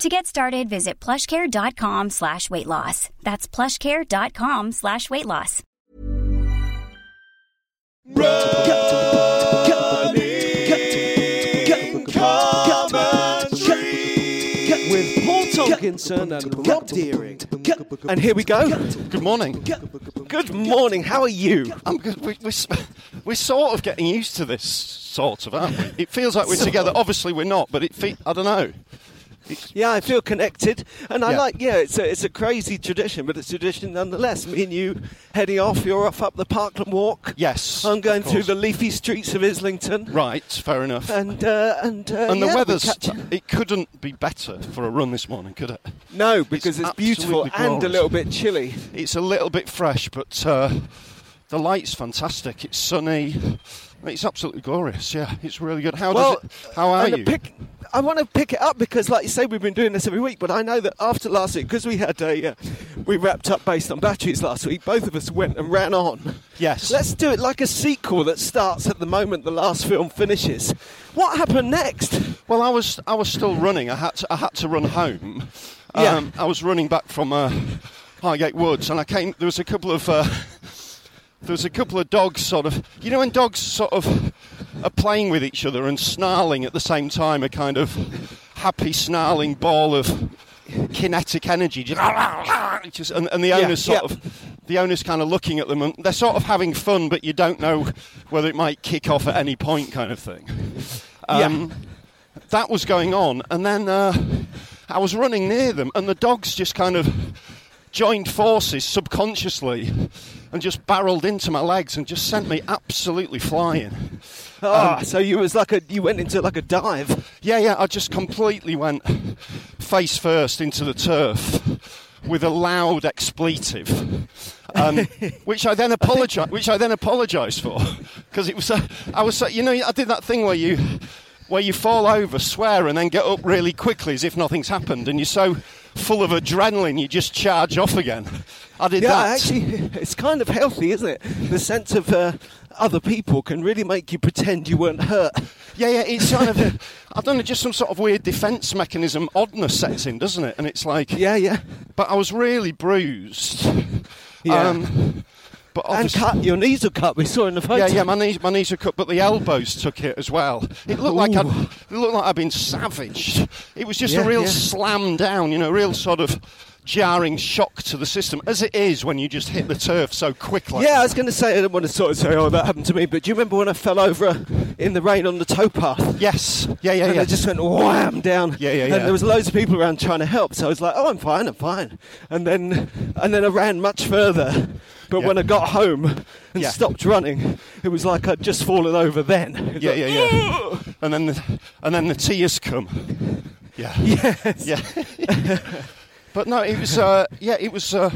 To get started, visit plushcare.com slash weight loss. That's plushcare.com slash weight loss. with Paul Tomkinson and Rob Deering. And here we go. Good morning. Good morning. How are you? I'm good. We, we're, s- we're sort of getting used to this, sort of, aren't we? It feels like we're together. Obviously, we're not, but it fe- I don't know. Yeah, I feel connected, and I Yeah. like. Yeah, it's a it's a crazy tradition, but it's tradition nonetheless. Me and you heading off. You're off up the Parkland Walk. Yes, I'm going of through course. the leafy streets of Islington. Right, fair enough. And, And uh, and uh, yeah, the we weather's. catch- It couldn't be better for a run this morning, could it? no, because it's, it's beautiful absolutely and a glorious. little bit chilly. It's a little bit fresh, but uh, the light's fantastic. It's sunny. It's absolutely glorious. Yeah, it's really good. How Well, does it, How are and a you? Pick, I want to pick it up because, like you say, we've been doing this every week. But I know that after last week, because we had a, uh, we wrapped up based on batteries last week. Both of us went and ran on. Yes. Let's do it like a sequel that starts at the moment the last film finishes. What happened next? Well, I was I was still running. I had to, I had to run home. Yeah. Um, I was running back from uh, Highgate Woods, and I came. There was a couple of uh, there was a couple of dogs, sort of. You know, when dogs sort of are playing with each other and snarling at the same time, a kind of happy snarling ball of kinetic energy, just, just- and, and the Yeah, owners sort yeah. of the owner's kind of looking at them and they're sort of having fun, but you don't know whether it might kick off at any point, kind of thing. Um, That was going on, and then uh, I was running near them, and the dogs just kind of joined forces subconsciously and just barreled into my legs and just sent me absolutely flying. Ah, Um, so you was like a you went into like a dive. Yeah, yeah, I just completely went face first into the turf with a loud expletive, um, which I then apologise, which I then apologised for, because it was, uh, I was, so- you know, I did that thing where you, where you fall over, swear, and then get up really quickly as if nothing's happened, and you're so full of adrenaline you just charge off again. I did Yeah, that. actually, it's kind of healthy, isn't it? The sense of uh, other people can really make you pretend you weren't hurt. Yeah, yeah, it's kind of, I don't know, just some sort of weird defence mechanism oddness sets in, doesn't it? And it's like, Yeah, yeah, but I was really bruised. Yeah. Um, but and obviously- cut your knees are cut. We saw in the photo. Yeah, yeah, my knees, my knees were cut, but the elbows took it as well. It looked like I'd, Ooh. it looked like I'd been savaged. It was just Yeah, a real yeah. slam down, you know, a real sort of jarring shock to the system, as it is when you just hit the turf so quickly. Yeah, I was going to say, I didn't want to sort of say, oh, that happened to me, but do you remember when I fell over uh, in the rain on the towpath? Yes. Yeah, yeah, And yeah. I just went wham down. Yeah, yeah, And yeah. there was loads of people around trying to help, so I was like, "Oh, I'm fine, I'm fine." And then, and then I ran much further. But Yeah. when I got home and Yeah. stopped running, it was like I'd just fallen over. Then. It's yeah, like, yeah, yeah. And then the, and then the tears come. Yeah. Yes. Yeah. but no, it was. Uh, yeah, it was. Uh,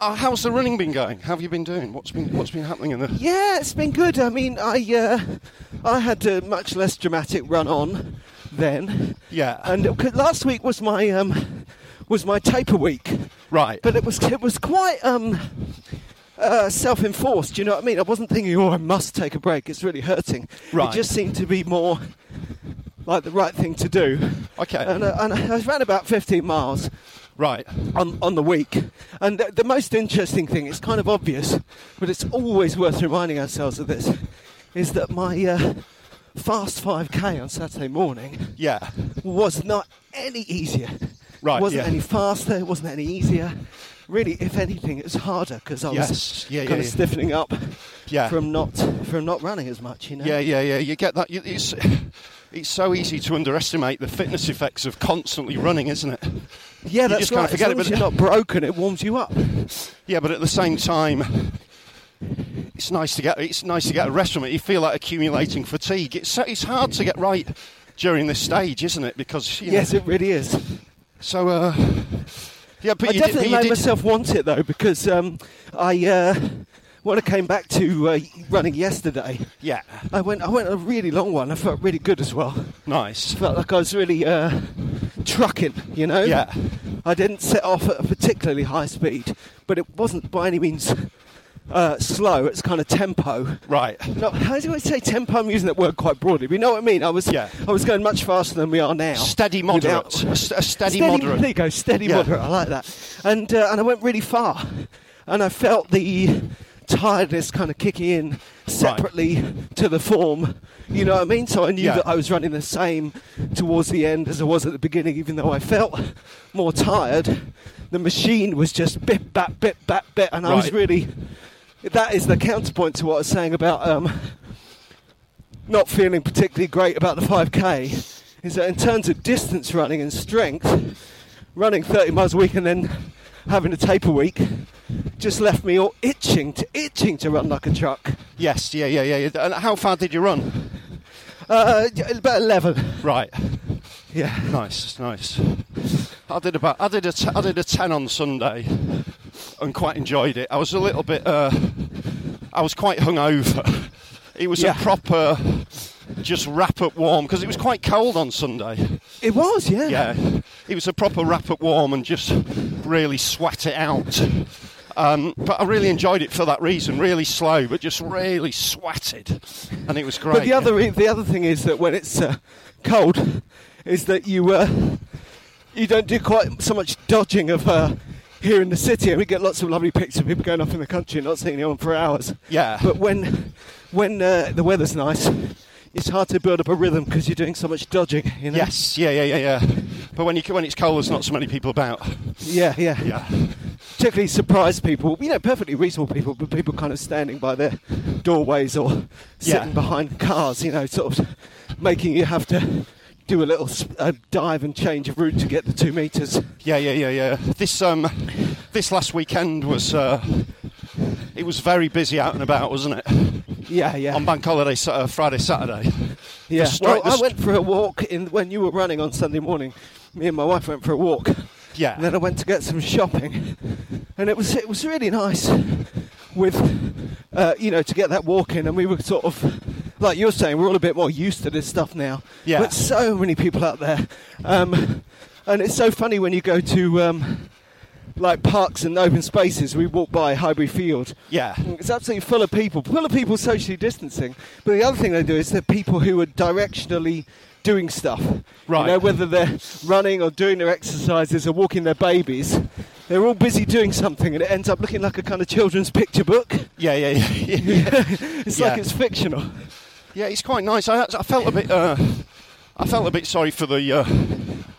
uh, how's the running been going? How have you been doing? What's been What's been happening in the? Yeah, it's been good. I mean, I uh, I had a much less dramatic run on then. Yeah. And 'cause last week was my um was my taper week. Right. but it was it was quite um, uh, self-enforced. You know what I mean? I wasn't thinking, oh, I must take a break. It's really hurting. Right. It just seemed to be more like the right thing to do. Okay. And, uh, and I ran about 15 miles Right. on, on the week. And the, the most interesting thing, it's kind of obvious, but it's always worth reminding ourselves of this, is that my uh, fast 5K on Saturday morning Yeah. was not any easier. Right, Wasn't yeah. any faster. It wasn't any easier. Really, if anything, it was harder because I was Yes, yeah, kind yeah, of yeah. stiffening up Yeah. from not from not running as much. You know. Yeah, yeah, yeah. You get that. You- It's it's so easy to underestimate the fitness effects of constantly running, isn't it? Yeah, that's just right. can't forget as long it, as but- you're not broken, it warms you up. Yeah, but at the same time, it's nice to get it's nice to get a rest from it. You feel like accumulating fatigue. It's so- it's hard to get right during this stage, isn't it? Because you know, Yes, it really is. so. Uh, yeah, but I you did- definitely but you made did- myself want it though because um, I uh, when I came back to uh, running yesterday, Yeah, I went I went a really long one. I felt really good as well. nice. Felt like I was really uh, trucking, you know. Yeah, I didn't set off at a particularly high speed, but it wasn't by any means uh, slow. It's kind of tempo. right. No, how do I say tempo? I'm using that word quite broadly. But you know what I mean? I was Yeah. I was going much faster than we are now. Steady without- moderate. A st- a steady, There you moderate. go, steady Yeah. moderate. I like that. And uh, and I went really far, and I felt the tiredness kind of kicking in separately to the form. You know what I mean? So I knew Yeah. that I was running the same towards the end as I was at the beginning, even though I felt more tired. The machine was just bit bap bit bap bit, and I was Right. really. That is the counterpoint to what I was saying about um, not feeling particularly great about the 5k is that in terms of distance running and strength, running 30 miles a week and then having a taper week just left me all itching to itching to run like a truck. Yes, yeah, yeah, yeah. yeah. And how far did you run? Uh, yeah, about 11. Right. Yeah. Nice, nice. I did about I did a t- I did a ten on Sunday, and quite enjoyed it. I was a little bit uh, I was quite hungover. It was Yeah. a proper just wrap up warm because it was quite cold on Sunday. It was, yeah. Yeah, it was a proper wrap up warm and just really sweat it out. Um, but I really enjoyed it for that reason. Really slow, but just really sweated, and it was great. But the other re- the other thing is that when it's uh, cold, is that you uh, you don't do quite so much dodging of uh, here in the city, and we get lots of lovely pics of people going off in the country and not seeing anyone for hours. Yeah. But when when uh, the weather's nice, it's hard to build up a rhythm because you're doing so much dodging. You know? Yes, yeah, yeah, yeah, yeah. But when you when it's cold, there's not so many people about. Yeah, yeah. Yeah, Particularly surprised people, you know, perfectly reasonable people, but people kind of standing by their doorways or sitting Yeah. behind cars, you know, sort of making you have to do a little s- a dive and change of route to get the two metres. yeah, yeah, yeah, yeah. This um, this last weekend was uh, it was very busy out and about, wasn't it? Yeah, yeah. On bank holiday, Sa- uh, Friday, Saturday. yeah. the stri- well, the I went for a walk in when you were running on Sunday morning. Me and my wife went for a walk. Yeah. And then I went to get some shopping, and it was it was really nice, with uh, you know to get that walk in, and we were sort of like you're saying we're all a bit more used to this stuff now. Yeah. But so many people out there, um, and it's so funny when you go to. Um, like parks and open spaces, we walked by Highbury Field. Yeah. It's absolutely full of people, full of people socially distancing. But the other thing they do is they're people who are directionally doing stuff. Right. You know, whether they're running or doing their exercises or walking their babies, they're all busy doing something and it ends up looking like a kind of children's picture book. Yeah, yeah, yeah, yeah. it's like Yeah. it's fictional. Yeah, it's quite nice. I, I felt a bit, uh, I felt a bit sorry for the uh,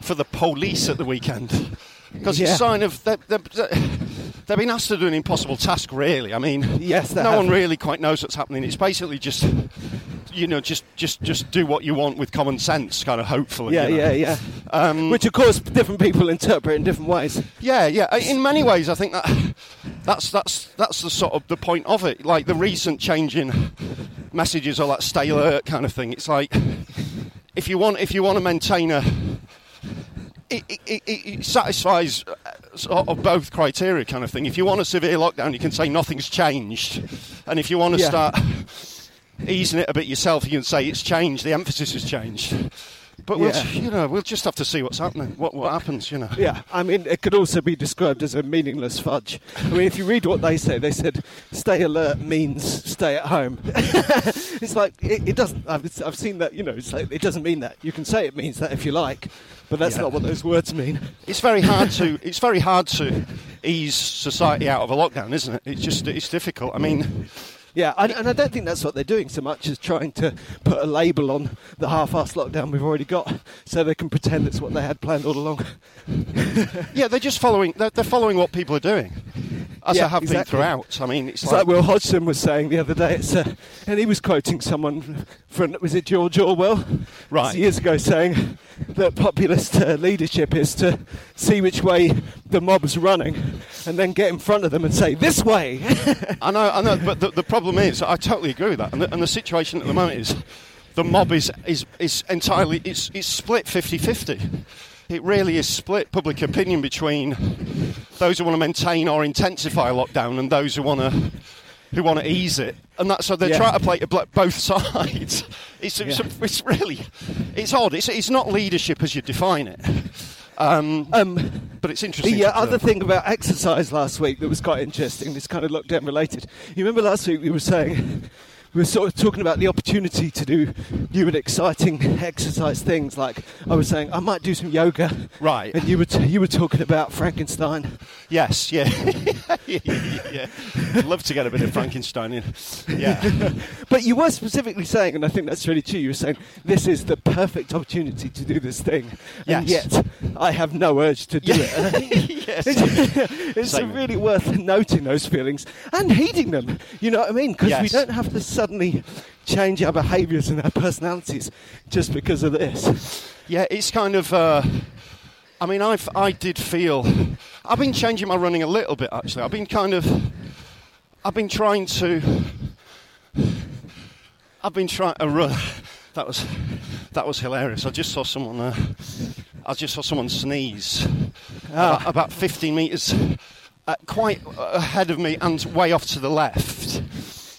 for the police at the weekend because it's Yeah. a sign of they're, they're, they've been asked to do an impossible task. Really, I mean, Yes, they no have. one really quite knows what's happening. It's basically just, you know, just just just do what you want with common sense, kind of hopefully. Yeah, you know. yeah, yeah. Um, Which, of course, different people interpret in different ways. yeah, yeah. I- In many ways, I think that that's that's that's the sort of the point of it. Like the recent change in messages or that stay alert kind of thing. It's like if you want if you want to maintain a, it, it, it, it satisfies uh, sort of both criteria kind of thing. If you want a severe lockdown, you can say nothing's changed, and if you want to Yeah. start easing it a bit yourself, you can say it's changed. The emphasis has changed. But we'll, Yeah. you know, we'll just have to see what's happening, what what happens, you know. Yeah, I mean, it could also be described as a meaningless fudge. I mean, if you read what they say, they said stay alert means stay at home. it's like, it, it doesn't, I've, it's- I've seen that, you know, it's like, it doesn't mean that. You can say it means that if you like, but that's Yeah. not what those words mean. It's very hard to it's very hard to ease society out of a lockdown, isn't it? It's just it's difficult. I mean, Yeah, and, and I don't think that's what they're doing so much as trying to put a label on the half-assed lockdown we've already got so they can pretend it's what they had planned all along. yeah, they're just following they're, they're following what people are doing, as Yeah, they have exactly. been throughout. I mean, it's, It's like Will Hodgson was saying the other day. It's uh, and he was quoting someone from was it George Orwell, Right. Years ago, saying that populist uh, leadership is to see which way the mob's running, and then get in front of them and say this way. I know, I know, but the, the problem is, I totally agree with that. And the, and the situation at the moment is the mob is, is, is entirely it's, it's split 50 50. It really is split public opinion between those who want to maintain or intensify lockdown and those who want to who want to ease it. And that, so they're Yeah. trying to play to bl- both sides. It's, it's, Yeah. it's really it's odd. It's, it's not leadership as you define it. Um, Um, but it's interesting. The uh, to other observe. thing about exercise last week that was quite interesting, this kind of lockdown related. You remember last week we were saying, we were sort of talking about the opportunity to do new and exciting exercise things. Like I was saying, I might do some yoga. Right. And you were, t- you were talking about Frankenstein. Yes, yeah. yeah. Love to get a bit of Frankenstein in. Yeah. But you were specifically saying, and I think that's really true, you were saying, this is the perfect opportunity to do this thing. And Yes. yet, I have no urge to do it. And I think yes. it's it's Same. really worth noting those feelings and heeding them. You know what I mean? Because we Yes. don't have to suddenly change our behaviours and our personalities just because of this. Yeah, it's kind of. Uh, I mean, I've, I did feel. I've been changing my running a little bit, actually. I've been kind of. I've been trying to. I've been trying to run. That was, that was hilarious. I just saw someone. Uh, I just saw someone sneeze. About, about 15 metres, uh, quite ahead of me and way off to the left.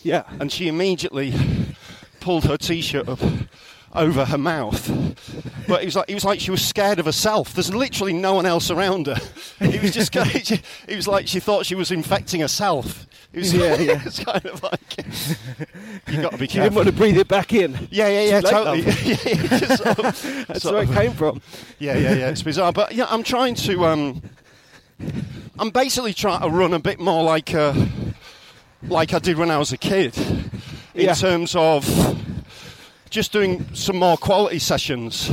Yeah. and she immediately pulled her t-shirt up over her mouth. But it was like it was like she was scared of herself. There's literally no one else around her. It was just kind of, it was like she thought she was infecting herself. It was, Yeah, yeah. it was kind of like you got to be you didn't careful. want to breathe it back in. yeah, yeah, yeah, It's late, totally. love. yeah, yeah, just sort of- That's sort where of- it came from. yeah, yeah, yeah. It's bizarre, but yeah, I'm trying to. Um, I'm basically trying to run a bit more like uh, like I did when I was a kid, in Yeah. terms of just doing some more quality sessions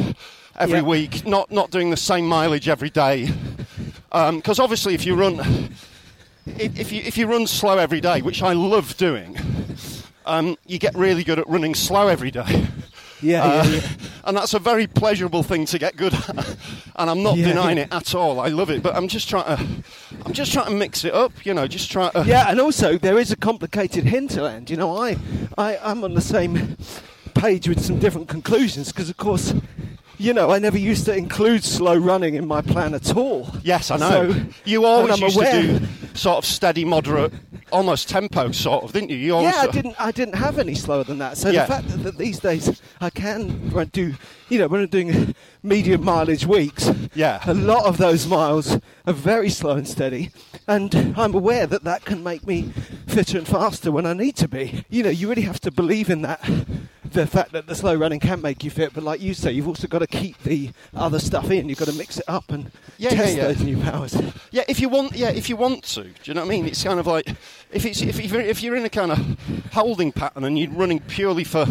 every Yeah. week, not not doing the same mileage every day. Because obviously, if you run, if if you if you run slow every day, which I love doing, um, you get really good at running slow every day. Yeah, yeah, Uh, yeah. And that's a very pleasurable thing to get good at. And I'm not Yeah. denying it at all. I love it, but I'm just trying to, I'm just trying to mix it up. You know, just try to. Yeah, and also there is a complicated hinterland. You know, I, I, I'm on the same page with some different conclusions because, of course, you know, I never used to include slow running in my plan at all. Yes, I know. So- you and always I'm used aware- to do sort of steady, moderate, almost tempo sort of, didn't you? You always Yeah, I didn't. I didn't have any slower than that. So Yeah. the fact that, that these days I can run- do, you know, when I'm doing medium mileage weeks, Yeah. a lot of those miles are very slow and steady, and I'm aware that that can make me fitter and faster when I need to be. You know, you really have to believe in that. The fact that the slow running can make you fit, but like you say, you've also got to keep the other stuff in. You've got to mix it up and Yeah, yeah, test yeah. those new powers. Yeah, if you want, yeah, if you want to, do you know what I mean? It's kind of like if it's if you're, if you're in a kind of holding pattern and you're running purely for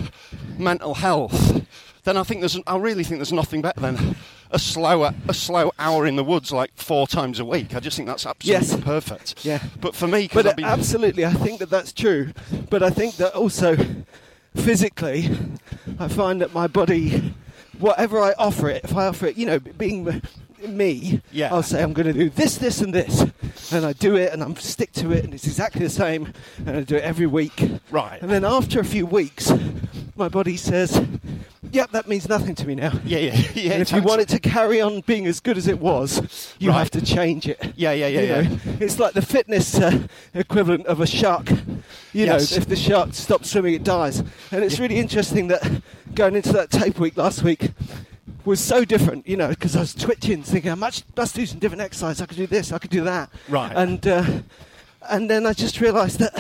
mental health, then I think there's I really think there's nothing better than a slower a slow hour in the woods like four times a week. I just think that's absolutely Yes. perfect. Yeah. but for me, 'cause But I've been- absolutely, I think that that's true. But I think that also physically, I find that my body, whatever I offer it, if I offer it, you know, being m- me, Yeah. I'll say I'm going to do this, this, and this, and I do it, and I'm stick to it, and it's exactly the same, and I do it every week. Right. And then after a few weeks, my body says, "Yep, that means nothing to me now." yeah, yeah, yeah. and if you totally. want it to carry on being as good as it was, you Right. have to change it. Yeah, yeah, yeah, You know, yeah. It's like the fitness uh, equivalent of a shark. You Yes. know, if the shark stops swimming, it dies. And it's really interesting that going into that tape week last week, was so different, you know, because I was twitching, thinking I must, must do some different exercise. I could do this, I could do that. Right. And uh, and then I just realised that,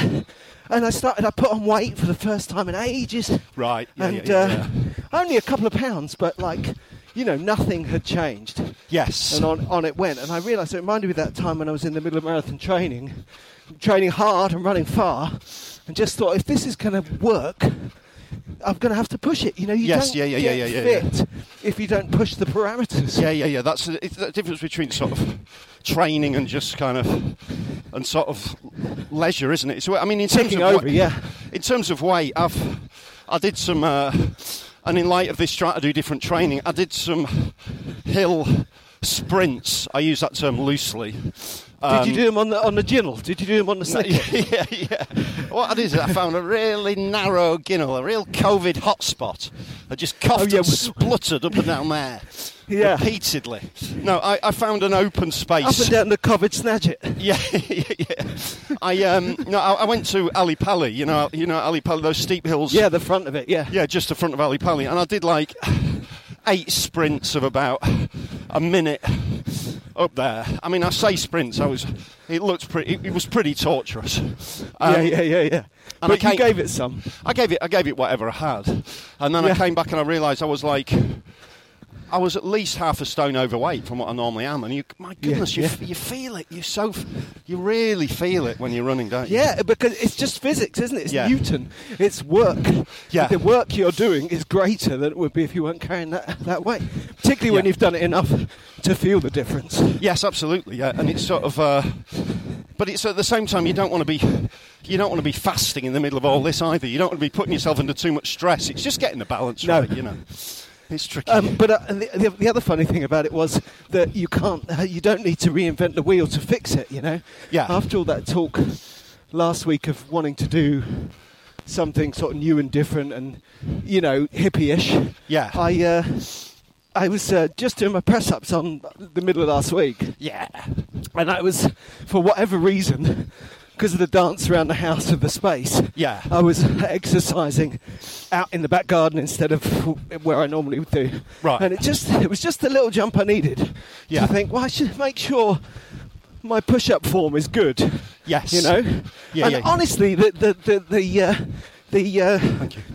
and I started. I put on weight for the first time in ages. Right, yeah, and yeah, yeah, uh, only a couple of pounds, but like, you know, nothing had changed Yes. and on, on it went. And I realised it reminded me of that time when I was in the middle of marathon training, training hard and running far, and just thought if this is going to work, I'm going to have to push it. You know, you Yes, don't yeah, yeah, get yeah, yeah, yeah, fit if you don't push the parameters. Yeah, yeah, yeah. That's the, it's the difference between sort of training and just kind of and sort of leisure, isn't it? So I mean, in terms Taking of over, weight, yeah. In terms of weight, I've I did some, uh, and in light of this trying to do different training, I did some hill sprints. I use that term loosely. Um, Did you do them on the on the ginnel? Did you do them on the second? yeah, yeah. What I did is I found a really narrow ginnel, a real COVID hotspot. I just coughed Oh, yeah. and spluttered up and down there. Yeah. Repeatedly. No, I, I found an open space. Up and down the covered snatch it. Yeah, yeah, yeah. I um no, I, I went to Ali Pali. You know, you know Ali Pali, those steep hills. Yeah, the front of it. Yeah. yeah, just the front of Ali Pali, and I did like eight sprints of about a minute up there. I mean, I say sprints. I was. It looked pretty. It, it was pretty torturous. Um, yeah, yeah, yeah, yeah. I But you can't- gave it some. I gave it. I gave it whatever I had, and then I Yeah. came back and I realised I was like, I was at least half a stone overweight from what I normally am. And you, my goodness, you, yeah. f you feel it. You so, f- you really feel it when you're running, don't you? Yeah, because it's just physics, isn't it? It's Yeah. Newton. It's work. Yeah. The work you're doing is greater than it would be if you weren't carrying that that weight. Particularly when Yeah. you've done it enough to feel the difference. Yes, absolutely. Yeah, and it's sort of. Uh, but it's at the same time you don't want to be, you don't want to be fasting in the middle of all this either. You don't want to be putting yourself under too much stress. It's just getting the balance No. right. You know, it's tricky. Um, but uh, and the, the, the other funny thing about it was that you can't, uh, you don't need to reinvent the wheel to fix it. You know. Yeah. After all that talk last week of wanting to do something sort of new and different and you know hippie-ish. Yeah. I. Uh, I was uh, just doing my press ups on the middle of last week, yeah. and that was for whatever reason because of the dance around the house of the space Yeah. i was exercising out in the back garden instead of where i normally would do Right. and it just it was just the little jump i needed Yeah. to think well i should make sure my push-up form is good Yes. you know Yeah, and yeah. honestly the the the, the uh, the uh,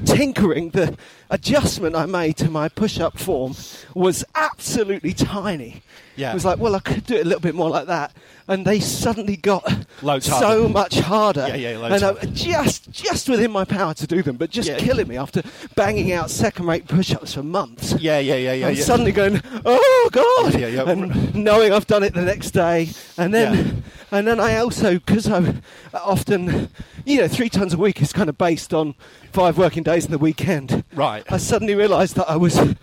tinkering, the adjustment I made to my push-up form was absolutely tiny. Yeah. It was like, well, I could do it a little bit more like that, and they suddenly got Loads harder. so much harder. Yeah, yeah, loads and I, harder. just just within my power to do them, but just Yeah. killing me after banging out second-rate push-ups for months. Yeah, yeah, yeah, yeah. I'm yeah. suddenly going, oh god, Yeah, yeah. and knowing I've done it the next day, and then and then I also because I'm often, you know, three times a week is kind of based on five working days and the weekend. Right. I suddenly realised that I was uh,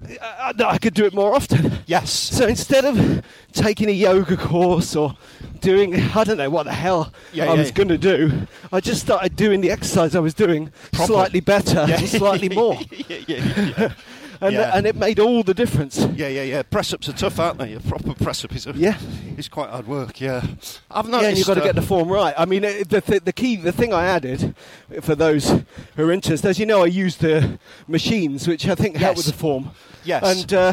that I could do it more often. Yes. So instead of taking a yoga course or doing, I don't know what the hell Yeah, I yeah. was going to do, I just started doing the exercise I was doing Proper. slightly better Yeah. and slightly more. yeah, yeah, yeah. And, Yeah. and it made all the difference. Yeah, yeah, yeah. Press ups are tough, aren't they? A proper press up is a, Yeah. is quite hard work. Yeah, I've noticed. Yeah, and you've got to uh, get the form right. I mean, it, the, th- the key, the thing I added for those who are interested, as you know, I used the machines, which I think help Yes. with the form. Yes. And uh,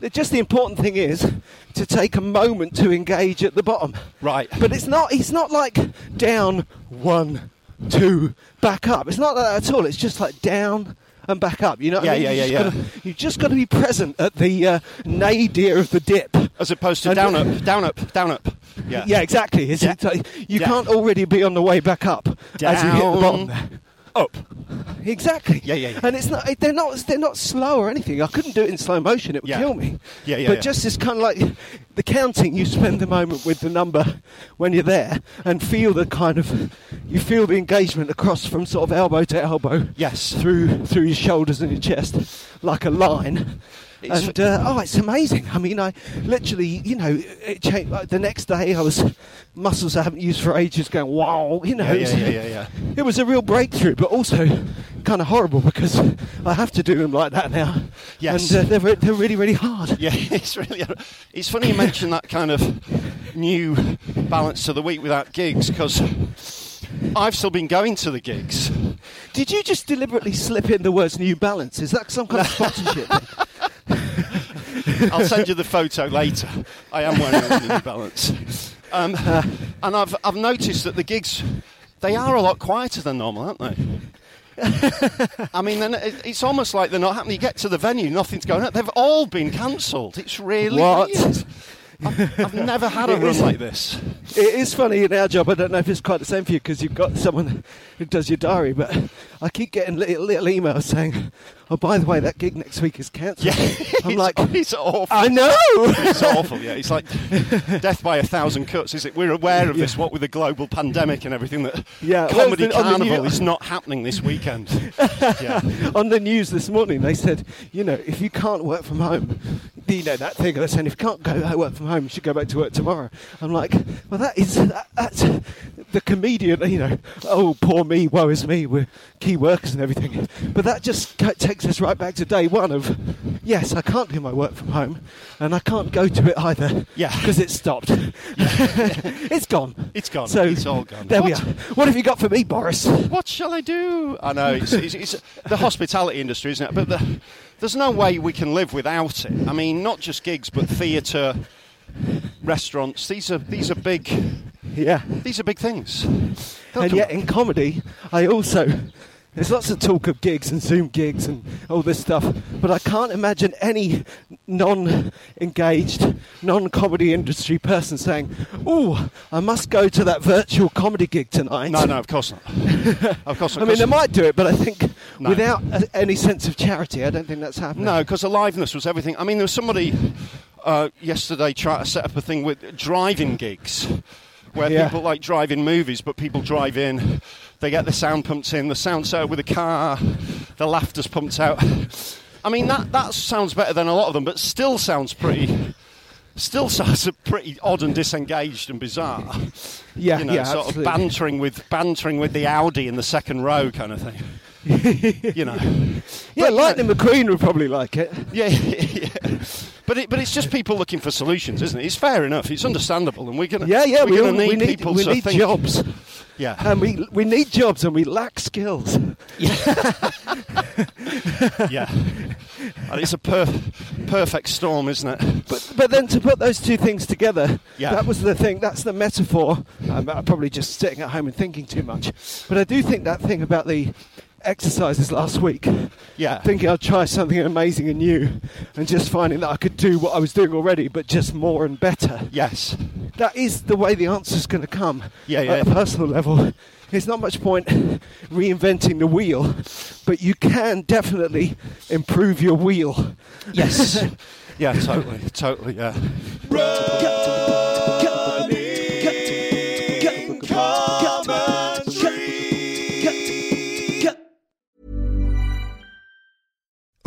the- just the important thing is to take a moment to engage at the bottom. Right. But it's not. It's not like down one, two, back up. It's not like that at all. It's just like down. And back up, you know. What I Yeah, mean? yeah, You yeah, just yeah. Gotta, you just got to be present at the uh, nadir of the dip. as opposed to and- down up, down up, down up. Yeah, Yeah, exactly. It's, Yeah. it's like you Yeah. can't already be on the way back up Down, as you hit the bottom. up. Exactly. Yeah, yeah, yeah. And it's not they're not they're not slow or anything. I couldn't do it in slow motion. It would Yeah. kill me. Yeah, yeah, But yeah. just it's kind of like the counting. You spend the moment with the number when you're there and feel the kind of you feel the engagement across from sort of elbow to elbow. Yes. Through through your shoulders and your chest like a line. It's- and uh, oh, it's amazing. I mean, I literally, you know, it changed. Like, the next day, I was muscles I haven't used for ages, going wow. You know, Yeah, it was- yeah, yeah, yeah, yeah. it was a real breakthrough, but also kind of horrible because I have to do them like that now. Yes. And uh, they're, re- they're really, really hard. Yeah, it's really. It's funny you mention that kind of new balance to the week without gigs because I've still been going to the gigs. Did you just deliberately slip in the words New Balance? Is that some kind of sponsorship? I'll send you the photo later. I am wearing a New Balance. Um, and I've, I've noticed that the gigs, they are a lot quieter than normal, aren't they? I mean, then it- it's almost like they're not happening. You get to the venue, nothing's going on. They've all been cancelled. It's really What? weird. I've, I've never had a It room is- like this. It is funny in our job. I don't know if it's quite the same for you because you've got someone who does your diary, but I keep getting little, little emails saying, "Oh, by the way, that gig next week is cancelled." Yeah, I'm it's- like, it's awful. "I know." it's awful. Yeah, it's like death by a thousand cuts. Is it? We're aware of this. What with the global pandemic and everything that Yeah, well, comedy it's been on the carnival new- is not happening this weekend. yeah. on the news this morning, they said, you know, if you can't work from home, you know that thing they're saying, if you can't go I work from home, you should go back to work tomorrow. I'm like, well, that is that, that's the comedian, you know, oh poor me, woe is me, we're key workers and everything. But that just ca- takes us right back to day one of, yes, I can't do my work from home, and I can't go to it either, Yeah. because it's stopped, it's gone, It's gone. So It's all gone. There What? we are. What have you got for me, Boris? What shall I do? I know it's, it's, it's the hospitality industry, isn't it? But the, there's no way we can live without it. I mean, not just gigs, but theatre, restaurants. These are these are big. Yeah. These are big things. and yet in comedy, I also there's lots of talk of gigs and Zoom gigs and all this stuff, but I can't imagine any non-engaged, non-comedy industry person saying, "Oh, I must go to that virtual comedy gig tonight." No, no, of course not. Of course not. I mean, they Course- might do it, but I think No. without a, any sense of charity, I don't think that's happening. No, because aliveness was everything. I mean, there was somebody uh, yesterday trying to set up a thing with driving gigs, where Yeah. people like drive in movies, but people drive in. They get the sound pumped in, the sound set up with a car, the laughter's pumped out. I mean, that that sounds better than a lot of them, but still sounds pretty. Still sounds pretty odd and disengaged and bizarre. Yeah, you know, yeah, sort absolutely. of bantering with bantering with the Audi in the second row kind of thing. you know. yeah, But, you know- Lightning McQueen would probably like it. yeah, yeah. But it, but it's just people looking for solutions, isn't it? It's fair enough. It's understandable, and we're gonna Yeah, yeah, we're we, all, gonna need, we need, people we to need Um, think. jobs, Yeah, and we we need jobs, and we lack skills. yeah. And it's a per- perfect storm, isn't it? But, but then to put those two things together, Yeah. that was the thing. That's the metaphor. I'm, I'm probably just sitting at home and thinking too much. But I do think that thing about the exercises last week, Yeah. thinking I'd try something amazing and new, and just finding that I could do what I was doing already, but just more and better. Yes. That is the way the answer's going to come. Yeah, yeah. At a personal level, there's not much point reinventing the wheel, but you can definitely improve your wheel. Yes. yeah. Totally. Totally. Yeah.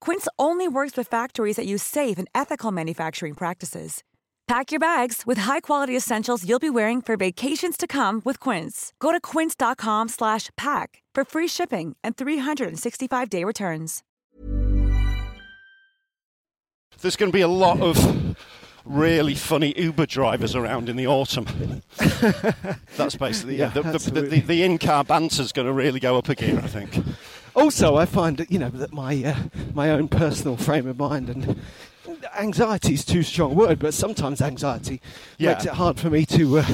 Quince only works with factories that use safe and ethical manufacturing practices. Pack your bags with high-quality essentials you'll be wearing for vacations to come with Quince. Go to quince.com slash pack for free shipping and 365-day returns. There's going to be a lot of really funny Uber drivers around in the autumn. that's basically yeah, Yeah, the, the, the, the, absolutely. the in-car banter's going to really go up a gear, I think. Also, I find that you know that my uh, my own personal frame of mind and anxiety is too strong a word, but sometimes anxiety Yeah. makes it hard for me to uh,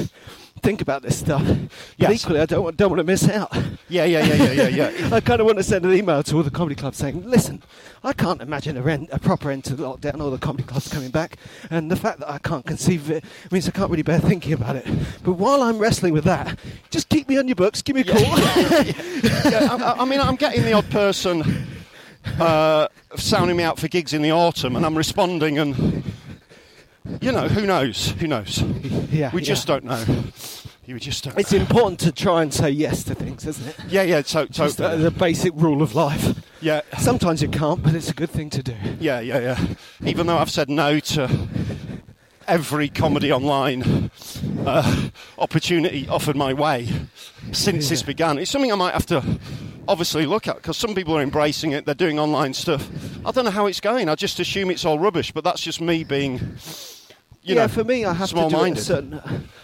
think about this stuff. But Yes. equally, I don't want, don't want to miss out. Yeah, yeah, yeah, yeah, yeah, yeah. I kind of want to send an email to all the comedy clubs saying, "Listen, I can't imagine a, rent, a proper end to the lockdown. All the comedy clubs coming back, and the fact that I can't conceive of it means I can't really bear thinking about it. But while I'm wrestling with that, just keep me on your books. Give me a call." yeah, I- I, I mean, I'm getting the odd person uh, sounding me out for gigs in the autumn, and I'm responding, and you know, who knows? Who knows? yeah, We just yeah. don't know. You just don't. It's know. important to try and say yes to things, isn't it? Yeah, yeah, so, Just uh, totally. the basic rule of life. Yeah, Sometimes you can't, but it's a good thing to do. yeah, yeah, yeah. Even though I've said no to every comedy online uh, opportunity offered my way since this began, it's something I might have to obviously look at because some people are embracing it, they're doing online stuff. I don't know how it's going, I just assume it's all rubbish, but that's just me being, you yeah, know, for me, I have to do it small-minded. a certain.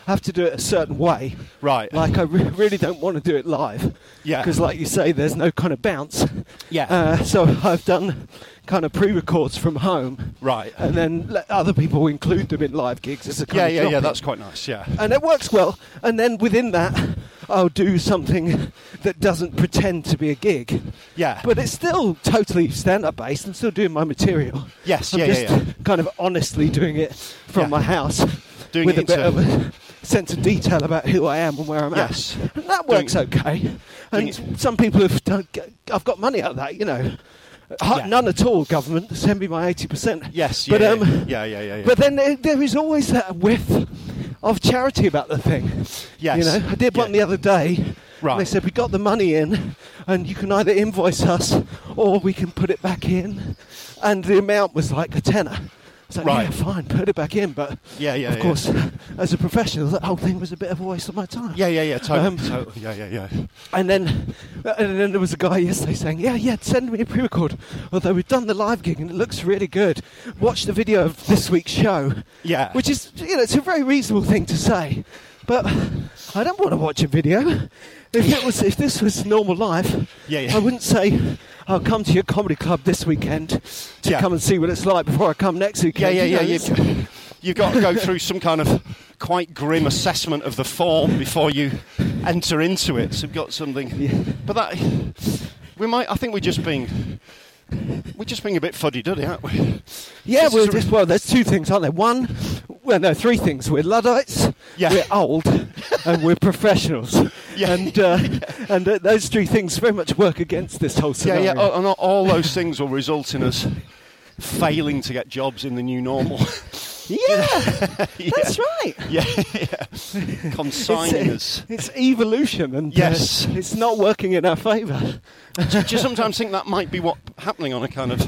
I have to do it a certain way. Right. Like I re- really don't want to do it live. Yeah. Because, like you say, there's no kind of bounce. Yeah. Uh, so I've done kind of pre-records from home. Right. And then let other people include them in live gigs as a kind yeah, of Uh, yeah, yeah, drop-in. that's quite nice, yeah. and it works well. And then within that, I'll do something that doesn't pretend to be a gig. Yeah. But it's still totally stand-up based. I'm still doing my material. Yes, I'm yeah, yeah, just yeah. Kind of honestly doing it from Yeah. my house, Doing with it a bit into- of a sense of detail about who I am and where I'm Yes. at. And that Doing- works okay. And doing some people have done. I've got money out of that, you know. Ha- Yeah. None at all, government. Send me my eighty percent. Yes, but yeah, um, yeah, yeah, yeah, yeah. But then there, there is always that whiff of charity about the thing. Yes. You know, I did one Yeah. the other day. Right. And they said we got the money in, and you can either invoice us or we can put it back in, and the amount was like a tenner. So Right. yeah, fine, put it back in, but Yeah, yeah, of yeah. course, as a professional, that whole thing was a bit of a waste of my time. Yeah, yeah, yeah, totally, Um, totally. Yeah, yeah, yeah. And then, uh, and then there was a guy yesterday saying, "Yeah, yeah, send me a pre-record." Although we've done the live gig and it looks really good. Watch the video of this week's show. Yeah. which is you know it's a very reasonable thing to say, but I don't want to watch a video. If it was if this was normal life, Yeah, yeah. I wouldn't say. I'll come to your comedy club this weekend to Yeah. come and see what it's like before I come next Yeah, weekend. yeah, You know, yeah. it's- You've, you've got to go through some kind of quite grim assessment of the form before you enter into it. So you've got something. But that we might. I think we're just being we're just being a bit fuddy duddy, aren't we? Yeah, This well, is a- this, well, there's two things, aren't there? One, well, no, three things. We're Luddites, Yeah. we're old, and we're professionals. Yeah. And, uh, and uh, those three things very much work against this whole Yeah, scenario. yeah. oh, And all- all those things will result in us failing to get jobs in the new normal. Yeah, Yeah. that's right. yeah, yeah. Consigning It's, us. uh, it's evolution, and uh, Yes. it's not working in our favour. do you sometimes think that might be what happening on a kind of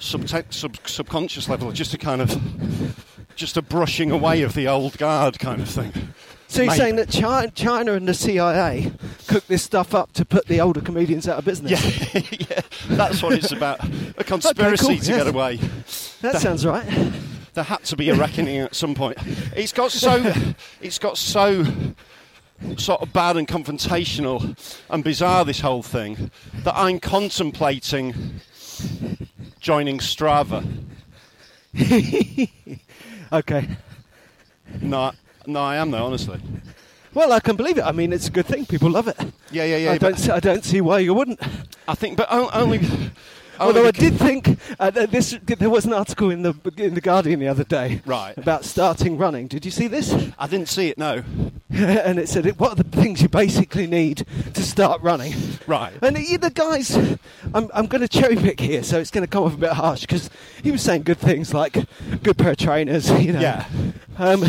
subte- sub- subconscious level, just a kind of just a brushing away of the old guard kind of thing? So you're Maybe. saying that China, China and the CIA cook this stuff up to put the older comedians out of business? Yeah, yeah, that's what it's about. A conspiracy cool, to yes. get away. that sounds right. There had to be a reckoning at some point. It's got so, it's got so sort of bad and confrontational and bizarre this whole thing that I'm contemplating joining Strava. Okay. No, I- no, I am though, honestly. Well, I can believe it. I mean, it's a good thing. People love it. Yeah, yeah, Oh, yeah. I but don't, see, I don't see why you wouldn't. I think, but on- only. Although I only did think uh, th- this, there was an article in the in the Guardian the other day, Right. about starting running. Did you see this? I didn't see it. No. and it said, "What are the things you basically need to start running?" Right. And the, the guys, I'm, I'm going to cherry pick here, so it's going to come off a bit harsh because he was saying good things like good pair of trainers, you know. Yeah. Um,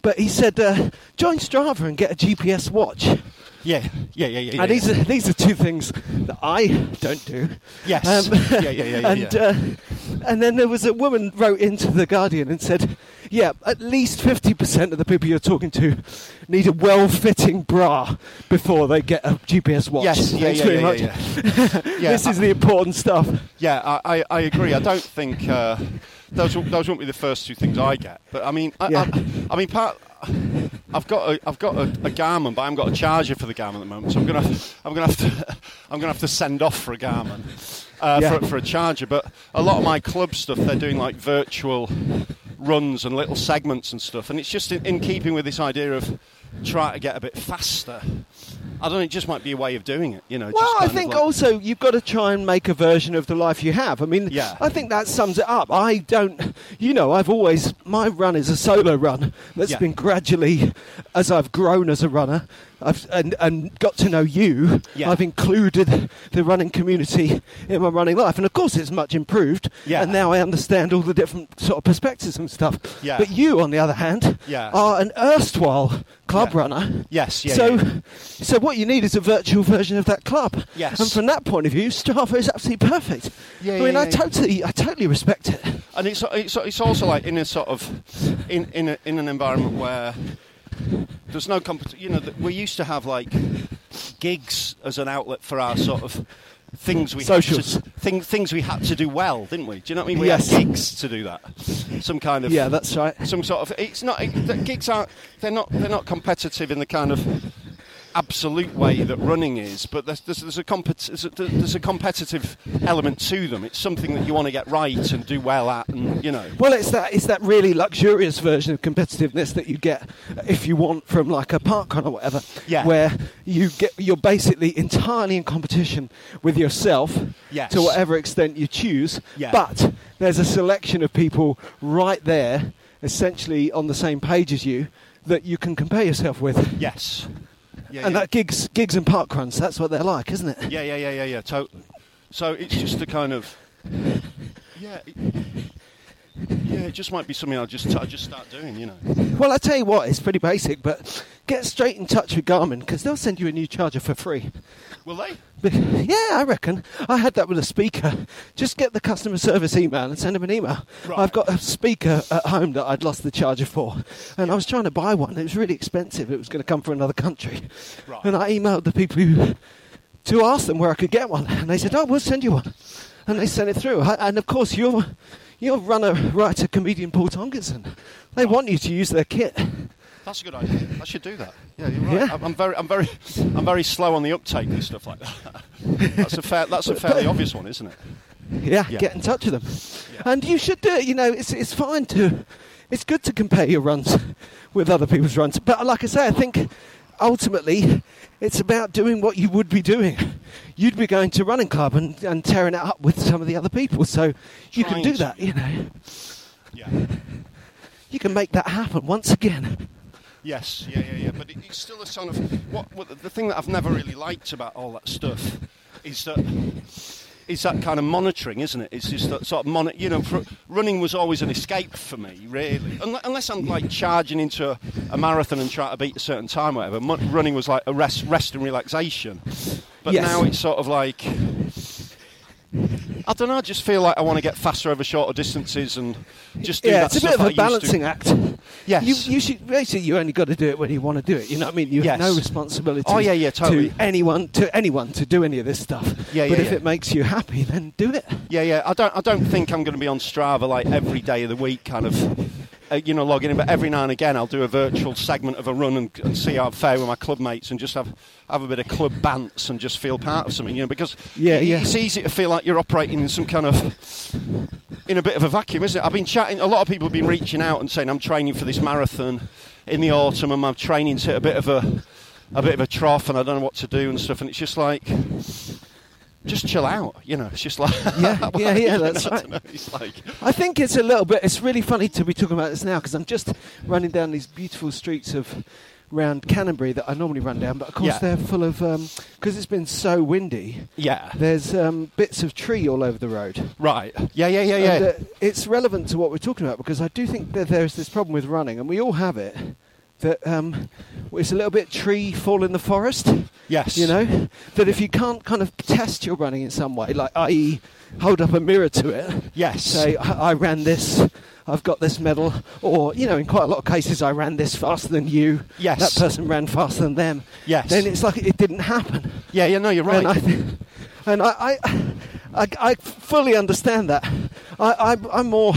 but he said, uh, "Join Strava and get a GPS watch." Yeah. Yeah. Yeah. Yeah. yeah and these are these are two things that I don't do. Yes. Yeah, yeah, yeah, yeah, um, And yeah. Uh, and then there was a woman wrote into the Guardian and said, yeah, at least 50% of the people you're talking to need a well fitting bra before they get a GPS watch. Yes, yeah, Thanks yeah, very yeah, much. yeah, yeah. Yeah, this is the important stuff. Yeah, I, I, I agree. I don't think uh, those w- those won't be the first two things I get. But I mean, I, Yeah. I, I mean, part. I've got a, I've got a, a Garmin, but I haven't got a charger for the Garmin at the moment. So I'm gonna I'm gonna have to I'm gonna have to send off for a Garmin uh, Yeah. for, for a charger. But a lot of my club stuff, they're doing like virtual runs and little segments and stuff, and it's just in, in keeping with this idea of try to get a bit faster. I don't know. It just might be a way of doing it, you know. just Well, I kind of think like- also you've got to try and make a version of the life you have. I mean, Yeah. I think that sums it up. I don't, you know, I've always, my run is a solo run that's Yeah. been gradually, as I've grown as a runner I've, and, and got to know you, Yeah. I've included the running community in my running life. And of course, it's much improved. Yeah. And now I understand all the different sort of perspectives and stuff. Yeah. But you, on the other hand, Yeah. are an erstwhile club Yeah. runner. Yes, yeah, So, yeah, yeah. so what you need is a virtual version of that club. Yes. And from that point of view, Strava is absolutely perfect. Yeah, I yeah, mean, I yeah. totally, I totally respect it. and it's, it's it's also like in a sort of in in, a, in an environment where there's no competition. You know, that we used to have like gigs as an outlet for our sort of things we Socials. had to, thing, things we had to do well, didn't we? Do you know what I mean? We Yes. had gigs to do that. Some kind of Yeah, that's right. Some sort of it's not it, the gigs aren't they're not they're not competitive in the kind of absolute way that running is, but there's, there's, there's, a compet- there's, a, there's a competitive element to them. It's something that you want to get right and do well at, and you know. Well, it's that, it's that really luxurious version of competitiveness that you get if you want from like a park run or whatever, Yeah. where you get, you're basically entirely in competition with yourself Yes. to whatever extent you choose. Yeah. But there's a selection of people right there, essentially on the same page as you, that you can compare yourself with. Yes. Yeah, and yeah. that gigs, gigs and park runs, that's what they're like, isn't it? yeah, yeah, yeah, yeah, yeah, totally. So it's just the kind of yeah, it- yeah. It just might be something I'll just I'll just start doing, you know. Well, I tell you what, it's pretty basic, but get straight in touch with Garmin because they'll send you a new charger for free. Will they? But, yeah, I reckon. I had that with a speaker. Just get the customer service email and send them an email. Right. I've got a speaker at home that I'd lost the charger for, and I was trying to buy one. It was really expensive. It was going to come from another country. Right. And I emailed the people who to ask them where I could get one, and they said, "Oh, we'll send you one," and they sent it through. I, and of course, your your runner writer comedian Paul Tonkinson, they want you to use their kit. That's a good idea. I should do that. Yeah, you're right. Yeah. I'm- I'm very, I'm very, I'm very slow on the uptake and stuff like that. That's a fair, that's a fairly obvious one, isn't it? Yeah, Yeah. get in touch with them, Yeah. and you should do it. You know, it's it's fine to, it's good to compare your runs with other people's runs. But like I say, I think ultimately it's about doing what you would be doing. You'd be going to running club and, and tearing it up with some of the other people, so you can Trying do to. that. You know, Yeah. you can make that happen once again. Yes. Yeah. Yeah. Yeah. But it, it's still a sort of what, what the thing that I've never really liked about all that stuff is that is that kind of monitoring, isn't it? It's just that sort of monitor. You know, for, running was always an escape for me, really. Unless, unless I'm like charging into a, a marathon and trying to beat a certain time, or whatever. Mon- running was like a rest, rest and relaxation. But Yes. now it's sort of like. I don't know. I just feel like I want to get faster over shorter distances and just do yeah, that it's a stuff bit of I a used to. balancing act. Yes. You, you should basically you only got to do it when you want to do it. You know what I mean? You Yes. have no responsibility. Oh, yeah, yeah, totally. To anyone, to anyone, to do any of this stuff. Yeah, But if yeah, yeah. it makes you happy, then do it. Yeah, yeah. I don't. I don't think I'm going to be on Strava like every day of the week, kind of, uh, you know, logging in. But every now and again, I'll do a virtual segment of a run and, and see how I fare with my club mates, and just have have a bit of club bants and just feel part of something, you know. Because Yeah, it- yeah. it's easy to feel like you're operating in some kind of in a bit of a vacuum, isn't it? I've been chatting. A lot of people have been reaching out and saying I'm training for this marathon in the autumn, and my training's hit a bit of a a bit of a trough, and I don't know what to do and stuff. And it's just like. Just chill out, you know. It's just like Yeah, yeah, yeah. You That's know, I right. don't know, It's like I think it's a little bit. It's really funny to be talking about this now because I'm just running down these beautiful streets of round Canterbury that I normally run down, but of course Yeah. they're full of because it's been so windy. yeah, There's um, bits of tree all over the road. right. Yeah, yeah, yeah, yeah. And, uh, it's relevant to what we're talking about because I do think that there's this problem with running, and we all have it. That um, it's a little bit tree fall in the forest. Yes. You know that if you can't kind of test your e, running in some way, like i.e., hold up a mirror to it. Yes. Say I, I ran this. I've got this medal, or you know, in quite a lot of cases, I ran this faster than you. Yes. that person ran faster than them. Yes. then it's like it didn't happen. Yeah, yeah, no, you're And I, right. th- and I, I, I, I fully understand that. I, I, I'm more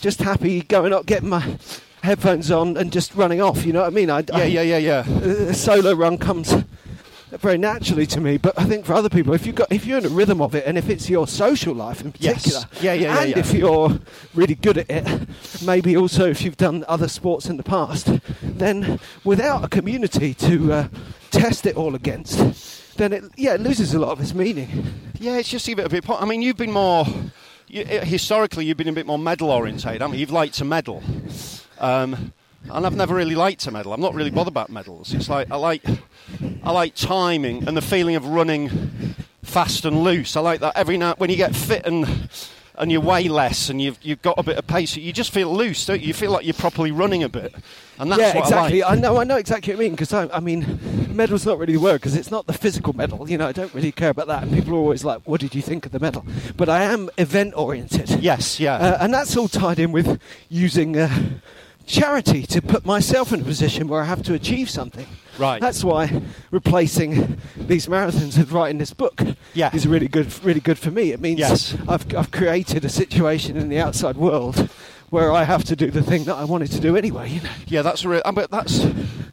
just happy going up, getting my headphones on, and just running off. You know what I mean? I, Yeah, I- yeah, yeah, yeah. a solo run comes very naturally to me, but I think for other people, if you got if you're in a rhythm of it, and if it's your social life in Yes. particular, Yeah, yeah, yeah, and yeah. if you're really good at it, maybe also if you've done other sports in the past, then without a community to uh, test it all against, then it yeah it loses a lot of its meaning. Yeah, it's just a bit. A bit po- I mean, you've been more you, eh, historically. You've been a bit more medal orientated. haven't you? You've liked to medal, um, and I've never really liked to medal. I'm not really bothered about medals. It's like I like I like timing and the feeling of running fast and loose. I like that every night when you get fit and. And you weigh less, and you've, you've got a bit of pace. You just feel loose, don't you? You feel like you're properly running a bit, and that's yeah, what exactly. I like. know, I know exactly what you mean. Because I, I mean, medal's not really the word because it's not the physical medal. You know, I don't really care about that. And people are always like, "What did you think of the medal?" But I am event oriented. Yes, yeah. Uh, and that's all tied in with using uh, charity to put myself in a position where I have to achieve something. Right. That's why replacing these marathons with writing this book Yeah. is really good, really good for me. It means Yes. I've, I've created a situation in the outside world where I have to do the thing that I wanted to do anyway. You know? Yeah, that's a re- uh, but that's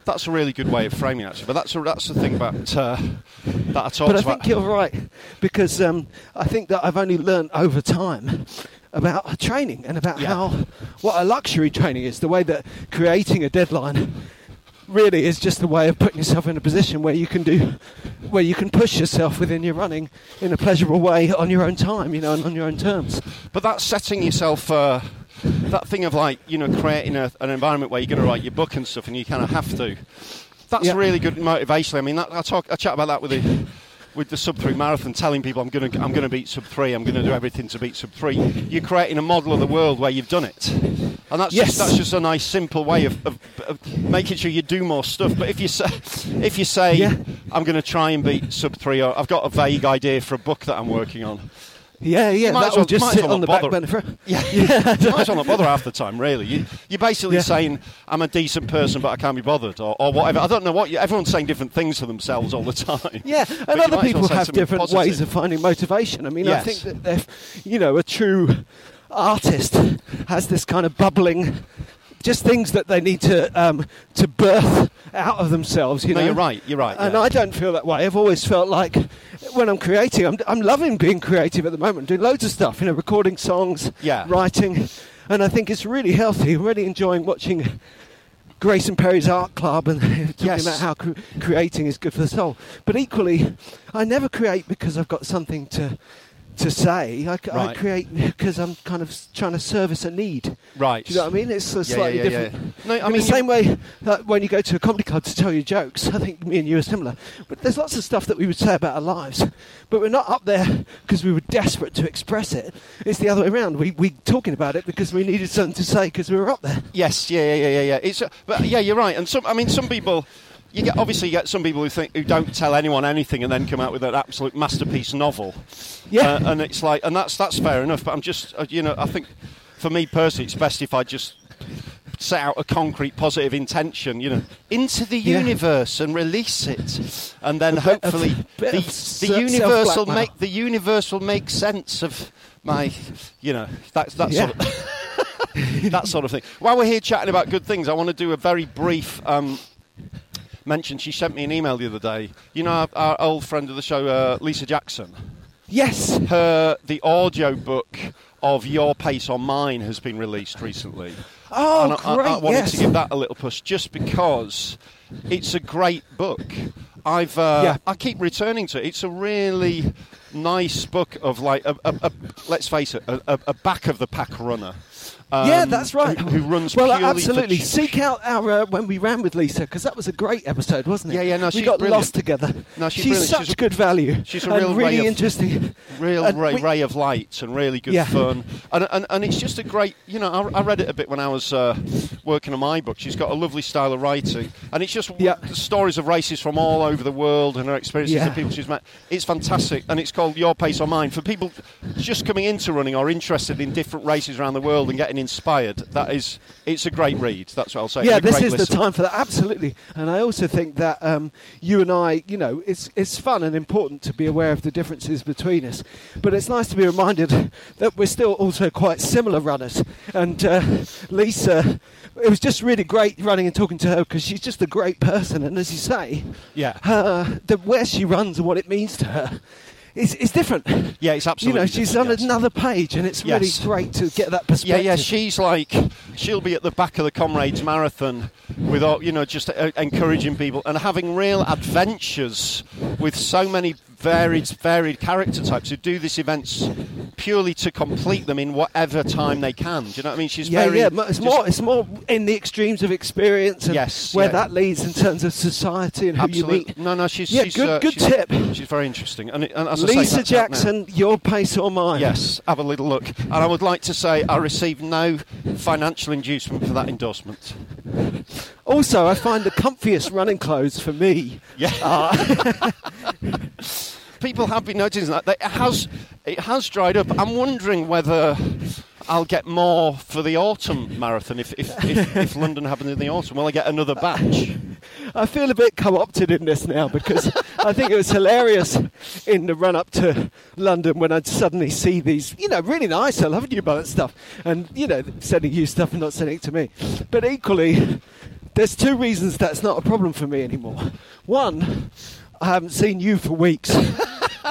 that's a really good way of framing it, actually. But that's a, that's the thing about uh, that I talked But I about. think you're right because um, I think that I've only learned over time about training and about Yeah. how what a luxury training is. The way that creating a deadline really is just a way of putting yourself in a position where you can do where you can push yourself within your running in a pleasurable way on your own time, you know, and on your own terms. but that's setting yourself uh, that thing of like you know creating a, an environment where you're going to write your book and stuff, and you kind of have to. That's Yeah. really good motivation. I mean, that, I talk I chat about that with the with the sub three marathon, telling people I'm going to I'm going to beat sub three. I'm going to do everything to beat sub three. You're creating a model of the world where you've done it, and that's Yes. just, that's just a nice simple way of, of, of making sure you do more stuff. But if you say if you say Yeah. I'm going to try and beat sub three, or I've got a vague idea for a book that I'm working on. Yeah, yeah, You might that as will well- just might as sit well on the back not bother. burner. for- Yeah, you might as well not bother half the time, really. You, you're basically Yeah. saying, I'm a decent person, but I can't be bothered, or, or whatever. I don't know what you, everyone's saying different things to themselves all the time. Yeah, and But you other might as well people say have something different positive. ways of finding motivation. I mean, I Yes. think that they're, you know, a true artist has this kind of bubbling, just things that they need to um, to birth out of themselves. You No, know, you're right, you're right, And yeah. I don't feel that way. I've always felt like when I'm creating, I'm, I'm loving being creative at the moment, doing loads of stuff. You know, recording songs, Yeah. writing, and I think it's really healthy. Really enjoying watching. Grace and Perry's Art Club and talking Yes. about how cre- creating is good for the soul. But equally, I never create because I've got something to to say. I, c- I Right. create because I'm kind of s- trying to service a need. Right. Do you know what I mean? It's a Yeah, slightly yeah, yeah, different. yeah. No, I in mean, the same you- way that when you go to a comedy club to tell your jokes, I think me and you are similar. But there's lots of stuff that we would say about our lives, but we're not up there because we were desperate to express it. It's the other way around. We we talking about it because we needed something to say because we were up there. Yes, yeah, yeah, yeah, yeah, yeah. It's, uh, but yeah, you're right. And some, I mean, some people, you get obviously you get some people who think who don't tell anyone anything and then come out with an absolute masterpiece novel. Yeah. Uh, and it's like, and that's that's fair enough. But I'm just, uh, you know, I think for me personally, it's best if I just set out a concrete positive intention, you know, into the Yeah. universe and release it, and then hopefully bit the, of the se- universe will self-blackmail. make the universe will make sense of my, you know, that's that's. Yeah. Sort of, that sort of thing. While we're here chatting about good things, I want to do a very brief um, mention. She sent me an email the other day. You know, our, our old friend of the show, uh, Lisa Jackson. Yes. Her the audio book of Your Pace on Mine has been released recently. Oh, and I, I- I great, wanted yes. to give that a little push just because it's a great book. I've uh, Yeah. I keep returning to it. It's a really nice book of like a, a, a let's face it, a, a, a back of the pack runner. Um, yeah, that's right. Who, who runs well? purely for absolutely. ch- Seek out our uh, when we ran with Lisa because that was a great episode, wasn't it? Yeah, yeah, no, we she's got brilliant. lost together. No, she's brilliant. such She's a- good value. she's a and real ray really of- interesting. real and ray, Uh, we- ray of light and really good Yeah. fun and, and and it's just a great you know I, I read it a bit when I was uh, working on my book she's got a lovely style of writing and it's just w- Yeah. the stories of races from all over the world and her experiences Yeah. and people she's met it's fantastic and it's called Your Pace or Mine for people just coming into running or interested in different races around the world and getting inspired, that is, it's a great read. That's what I'll say. Yeah, And a this great is listen. the time for that. Absolutely, and I also think that um, you and I, you know, it's it's fun and important to be aware of the differences between us, but it's nice to be reminded that we're still also quite similar runners. And uh, Lisa, it was just really great running and talking to her because she's just a great person, and as you say, Yeah. her, the where she runs and what it means to her. It's, it's different. Yeah, it's You know, absolutely she's on different, yes. another page, and it's really Yes. great to get that Yeah, perspective. yeah, she's like, she'll be at the back of the Comrades Marathon with, all, you know, just uh, encouraging people and having real adventures with so many varied, varied character types who do this events purely to complete them in whatever time they can. Do you know what I mean? She's yeah, very. yeah. mu- It's just- more, it's more in the extremes of experience and Yes, where yeah. that leads in terms of society and who you Absolutely. meet. No, no, she's yeah, she's, good, uh, good she's- tip. She's very interesting. And, and as I say, Lisa that's out now. Jackson, your pace or mine? Yes, have a little look. And I would like to say I received no financial inducement for that endorsement. Also, I find the comfiest running clothes for me. Yeah. Uh, People have been noticing that that it has it has dried up. I'm wondering whether I'll get more for the autumn marathon if if, if, if London happens in the autumn. Will I get another batch? I feel a bit co-opted in this now because I think it was hilarious in the run-up to London when I'd suddenly see these, you know, really nice, I love New Balance stuff, and you know, sending you stuff and not sending it to me. But equally, there's two reasons that's not a problem for me anymore. One, I haven't seen you for weeks,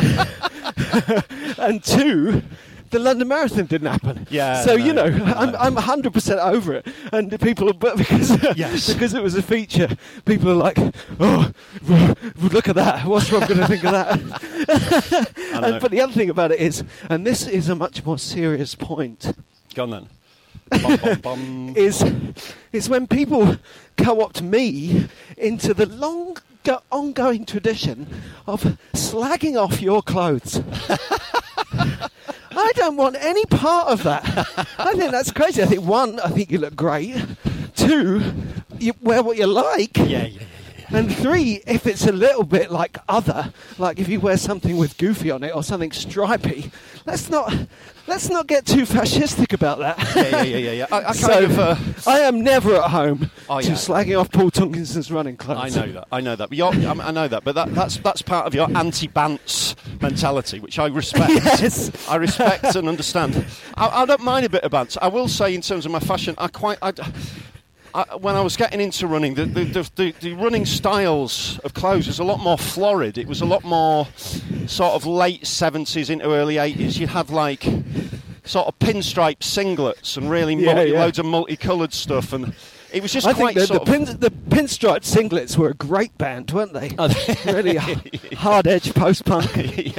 and two. The London Marathon didn't happen. Yeah, So, no, you know, no. I'm, I'm 100% over it. And the people, but because, Yes. because it was a feature, people are like, oh, r- look at that. What's Rob going to think of that? know. and, but the other thing about it is, and this is a much more serious point, Go on then. Bum, bum, bum. is, is when people co opt me into the long go- ongoing tradition of slagging off your clothes. I don't want any part of that. I think that's crazy. I think, one, I think you look great. Two, you wear what you like. Yeah, yeah, yeah. And three, if it's a little bit like other, like if you wear something with goofy on it or something stripy, let's not let's not get too fascistic about that. Yeah, yeah, yeah, yeah, yeah. I, I kind So, of. Uh, I am never at home Oh, to yeah. slagging off Paul Tonkinson's running I clothes. know that. I know that. But you're, I, mean, I know that. But that, that's that's part of your anti-bants mentality, which I respect. Yes. I respect and understand. I, I don't mind a bit of bants. I will say, in terms of my fashion, I quite. I, I- when I was getting into running, the, the, the, the, the running styles of clothes was a lot more florid. It was a lot more sort of late 70s into early 80s. You'd have like sort of pinstripe singlets and really Yeah, multi, yeah. loads of multicoloured stuff. And it was just I think quite the, the, sort of. pin, the pinstripe singlets were a great band, weren't they? really h- hard edge post punk. Oh, yeah.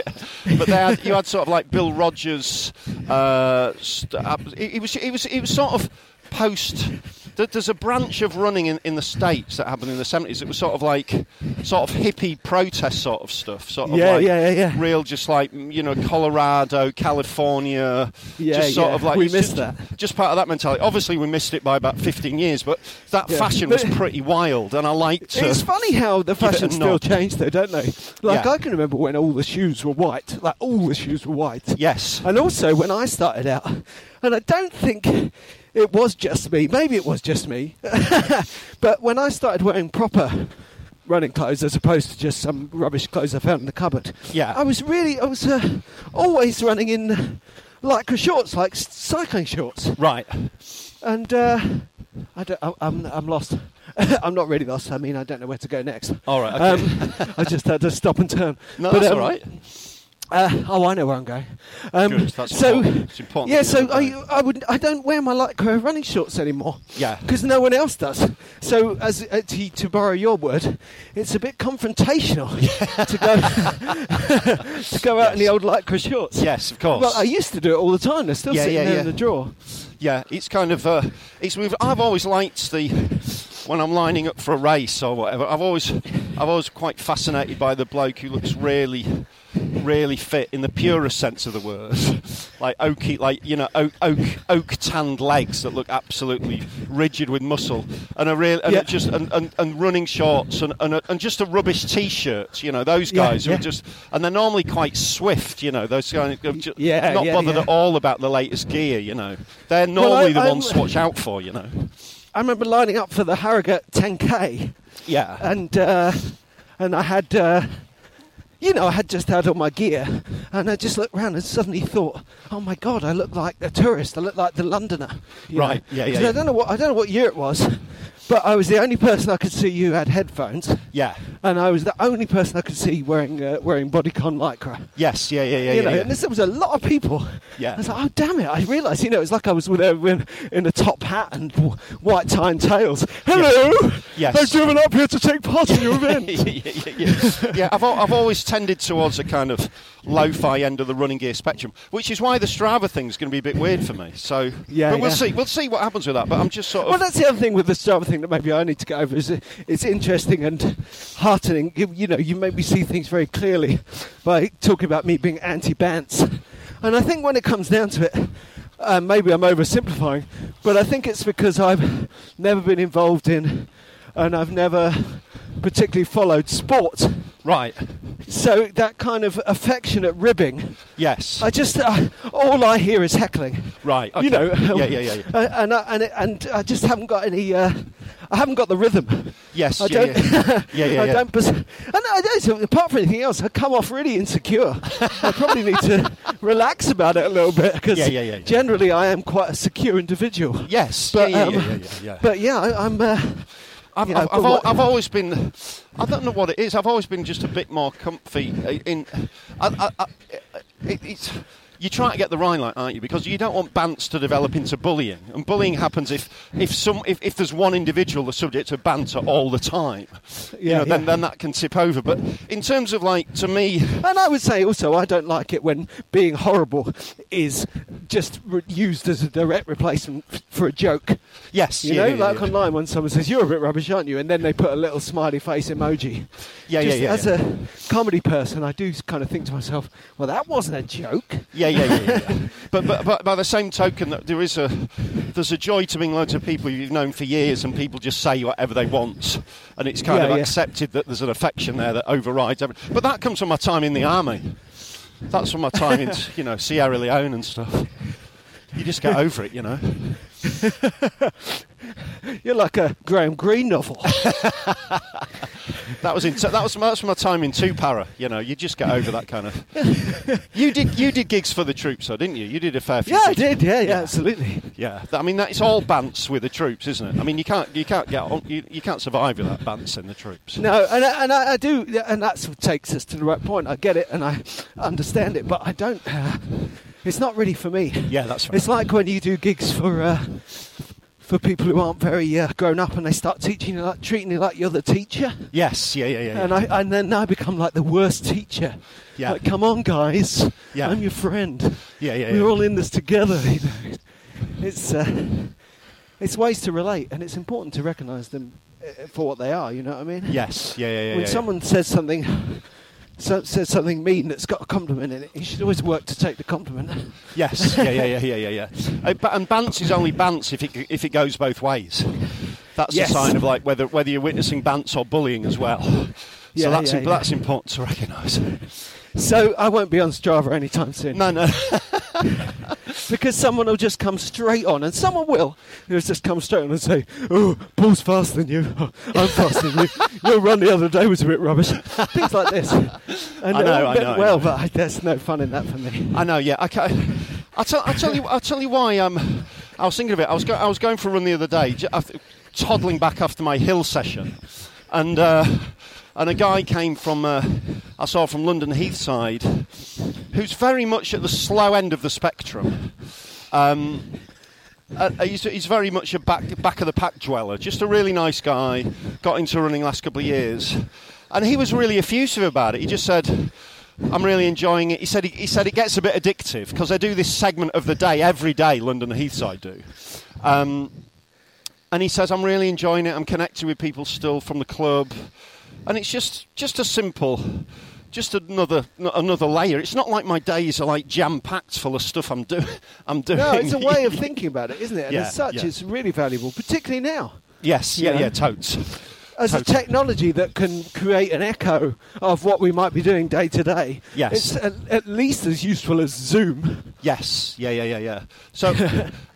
But they had, you had sort of like Bill Rogers. Uh, st- uh, it, it was it was it was sort of post. there- There's a branch of running in, in the states that happened in the 70s. It was sort of like sort of hippie protest sort of stuff. Sort of Yeah, like yeah, yeah, yeah. Real, just like mm, you know, Colorado, California. Yeah, just sort yeah. of like We it's missed just, that. Just part of that mentality. Obviously, we missed it by about 15 years, but that Yeah. fashion was But- pretty wild, and I liked. to- It's funny how the Give it a fashion still nod. changed, though, don't they? Like Yeah. I can remember when all the shoes were white, like all the shoes were white. Yes. And also when I started out, and I don't think it was just me, maybe it was just me, but when I started wearing proper running clothes as opposed to just some rubbish clothes I found in the cupboard, Yeah. I was really, I was uh, always running in lycra shorts, like s- cycling shorts. Right. And uh, I don't, I, I'm, I'm lost. I'm not really lost. I mean, I don't know where to go next. All right, okay. Um, I just had to stop and turn. No, But, that's um, all right. Uh, oh, I know where I'm going. Um, Good, that's so, important. It's important Yeah, that so you know I, that. I would I don't wear my lycra running shorts anymore. Yeah. because no one else does. So, as uh, to, to borrow your word, it's a bit confrontational to go to go out in the Yes. old lycra shorts. Yes, of course. Well, uh, I used to do it all the time. They're still Yeah, sitting yeah, there yeah. in the drawer. Yeah, it's kind of. Uh, it's. we've- I've always liked the when I'm lining up for a race or whatever. I've always, I've always quite fascinated by the bloke who looks really don't really fit in the purest sense of the word, like oaky, like you know, oak, oak, oak tanned legs that look absolutely rigid with muscle, and a real, and Yeah. just and, and, and running shorts and and, a, and just a rubbish t-shirt. You know, those Yeah, guys yeah. who are just and they're normally quite swift. You know, those guys who are ju- Yeah, not yeah, bothered yeah. at all about the latest gear. You know, they're Well, I- normally the I'm- ones to watch out for. You know, I remember lining up for the Harrogate 10K, yeah, and uh, and I had, uh, you know, I had just had all my gear, and I just looked round and suddenly thought, oh my god, I look like a tourist. I look like the Londoner. you know. Right, yeah, yeah, 'Cause yeah. I don't know what I don't know what year it was, but I was the only person I could see who had headphones, yeah. and I was the only person I could see wearing uh, wearing bodycon lycra. Yes, yeah, yeah, yeah, you yeah, know, yeah. and this, there was a lot of people. Yeah. I was like, oh, damn it. I realised, you know, it's like I was with everyone in a top hat and w- white tie and tails. Hello! Yes. I've driven up here to take part in your event. yeah, yeah, yeah. yeah I've, al- I've always tended towards a kind of lo-fi end of the running gear spectrum, which is why the Strava thing's going to be a bit weird for me. So, Yeah, but we'll yeah. see. We'll see what happens with that. But I'm just sort of. Well, that's the other thing with the Strava thing that maybe I need to get over is it- it's interesting and heartening. You, you know, you make me see things very clearly by talking about me being anti-bants. And I think when it comes down to it, uh, maybe I'm oversimplifying, but I think it's because I've never been involved in and I've never particularly followed sport. right. So that kind of affectionate ribbing, Yes. I just uh, all I hear is heckling. Right, okay. You know. Yeah, yeah, yeah, yeah. uh, and I, and it- and I just haven't got any. Uh, I haven't got the rhythm. Yes, I yeah, don't. yeah. Yeah, yeah, I yeah. don't. Pers- and I don't. so Apart from anything else, I come off really insecure. I probably need to relax about it a little bit because Yeah, yeah, yeah, yeah. generally I am quite a secure individual. Yes. But, yeah, yeah, um, yeah, yeah, yeah, yeah. But yeah, I, I'm. Uh, I've, you know, I've, but I've, al- what- I've always been, I don't know what it is. I've always been just a bit more comfy. uh, In, I, I, I, it, it's, you try to get the right line, aren't you? Because you don't want bants to develop into bullying, and bullying happens if if some if, if there's one individual the subject of banter all the time. you Yeah, know, then yeah. then that can tip over. But in terms of like to me, And I would say also, I don't like it when being horrible is just re- used as a direct replacement f- for a joke. yes, You yeah, know, yeah, yeah, like yeah. online when someone says, You're a bit rubbish, aren't you? And then they put a little smiley face emoji. Yeah, yeah, Just yeah, As yeah. a comedy person, I do s- kind of think to myself, Well, that wasn't a joke. Yeah, yeah, yeah. yeah, yeah. but, but but by the same token, that there is a there's a joy to meeting loads of people you've known for years, and people just say whatever they want, and it's kind Yeah, of yeah. accepted that there's an affection there that overrides everything. But that comes from my time in the army. That's from my time in you know Sierra Leone and stuff. You just get over it, you know. You're like a Graham Greene novel. That was in, that was that's from my time in Two Para. You know, you just get over that kind of. You did you did gigs for the troops, though, didn't you? You did a fair few. yeah, I gigs. did. Yeah, yeah, Yeah. absolutely. Yeah, th- I mean that's all bants with the troops, isn't it? I mean you can't you can't get on, you, you can't survive without bants in the troops. No, and I, and I, I do, and that's what takes us to the right point. I get it, and I understand it, but I don't. Uh, it's not really for me. Yeah, that's right. It's like when you do gigs for uh, for people who aren't very uh, grown up, and they start teaching you like treating you like you're the teacher. Yes, yeah, yeah, yeah. yeah. And I and then I become like the worst teacher. Yeah. Like, come on, guys. Yeah. I'm your friend. Yeah, yeah, We're yeah. all in this together. You know? It's uh, it's ways to relate, and it's important to recognise them uh, for what they are. You know what I mean? yes, yeah, yeah, yeah. when yeah, yeah. someone says something so, says something mean that's got a compliment in it, you should always work to take the compliment. Yes, yeah, yeah, yeah, yeah, yeah, yeah. Uh, but- and bants is only bants if it g- if it goes both ways. That's Yes. a sign of like whether whether you're witnessing bants or bullying as well. Yeah, so that's yeah, im- yeah. that's important to recognise. So I won't be on Strava anytime soon No, no. because someone will just come straight on, and someone will who'll just come straight on and say, "Oh, Paul's faster than you. Oh, I'm faster than you. Your run the other day was a bit rubbish." Things like this. And I know, I know, I Well, know. but I, there's no fun in that for me. I know. Yeah. I can I tell. I tell you. I tell you why. Um, I was thinking of it. I was. Go, I was going for a run the other day, j- af- toddling back after my hill session, and uh, and a guy came from. Uh, I saw from London Heathside, who's very much at the slow end of the spectrum. Um, uh, he's, he's very much a back back of the pack dweller. Just a really nice guy. Got into running last couple of years, and he was really effusive about it. He just said, "I'm really enjoying it." He said he, he said it gets a bit addictive because they do this segment of the day every day. London Heathside do. Um, and he says, "I'm really enjoying it. I'm connecting with people still from the club, and it's just just a simple just another n- another layer. It's not like my days are like jam packed full of stuff I'm doing. I'm doing. No, it's a way of thinking about it, isn't it? And Yeah, as such, yeah. it's really valuable, particularly now. yes, yeah, Yeah. yeah, totes. As a Totally. technology that can create an echo of what we might be doing day to day, Yes. it's at, at least as useful as Zoom. Yes, yeah, yeah, yeah, yeah. So,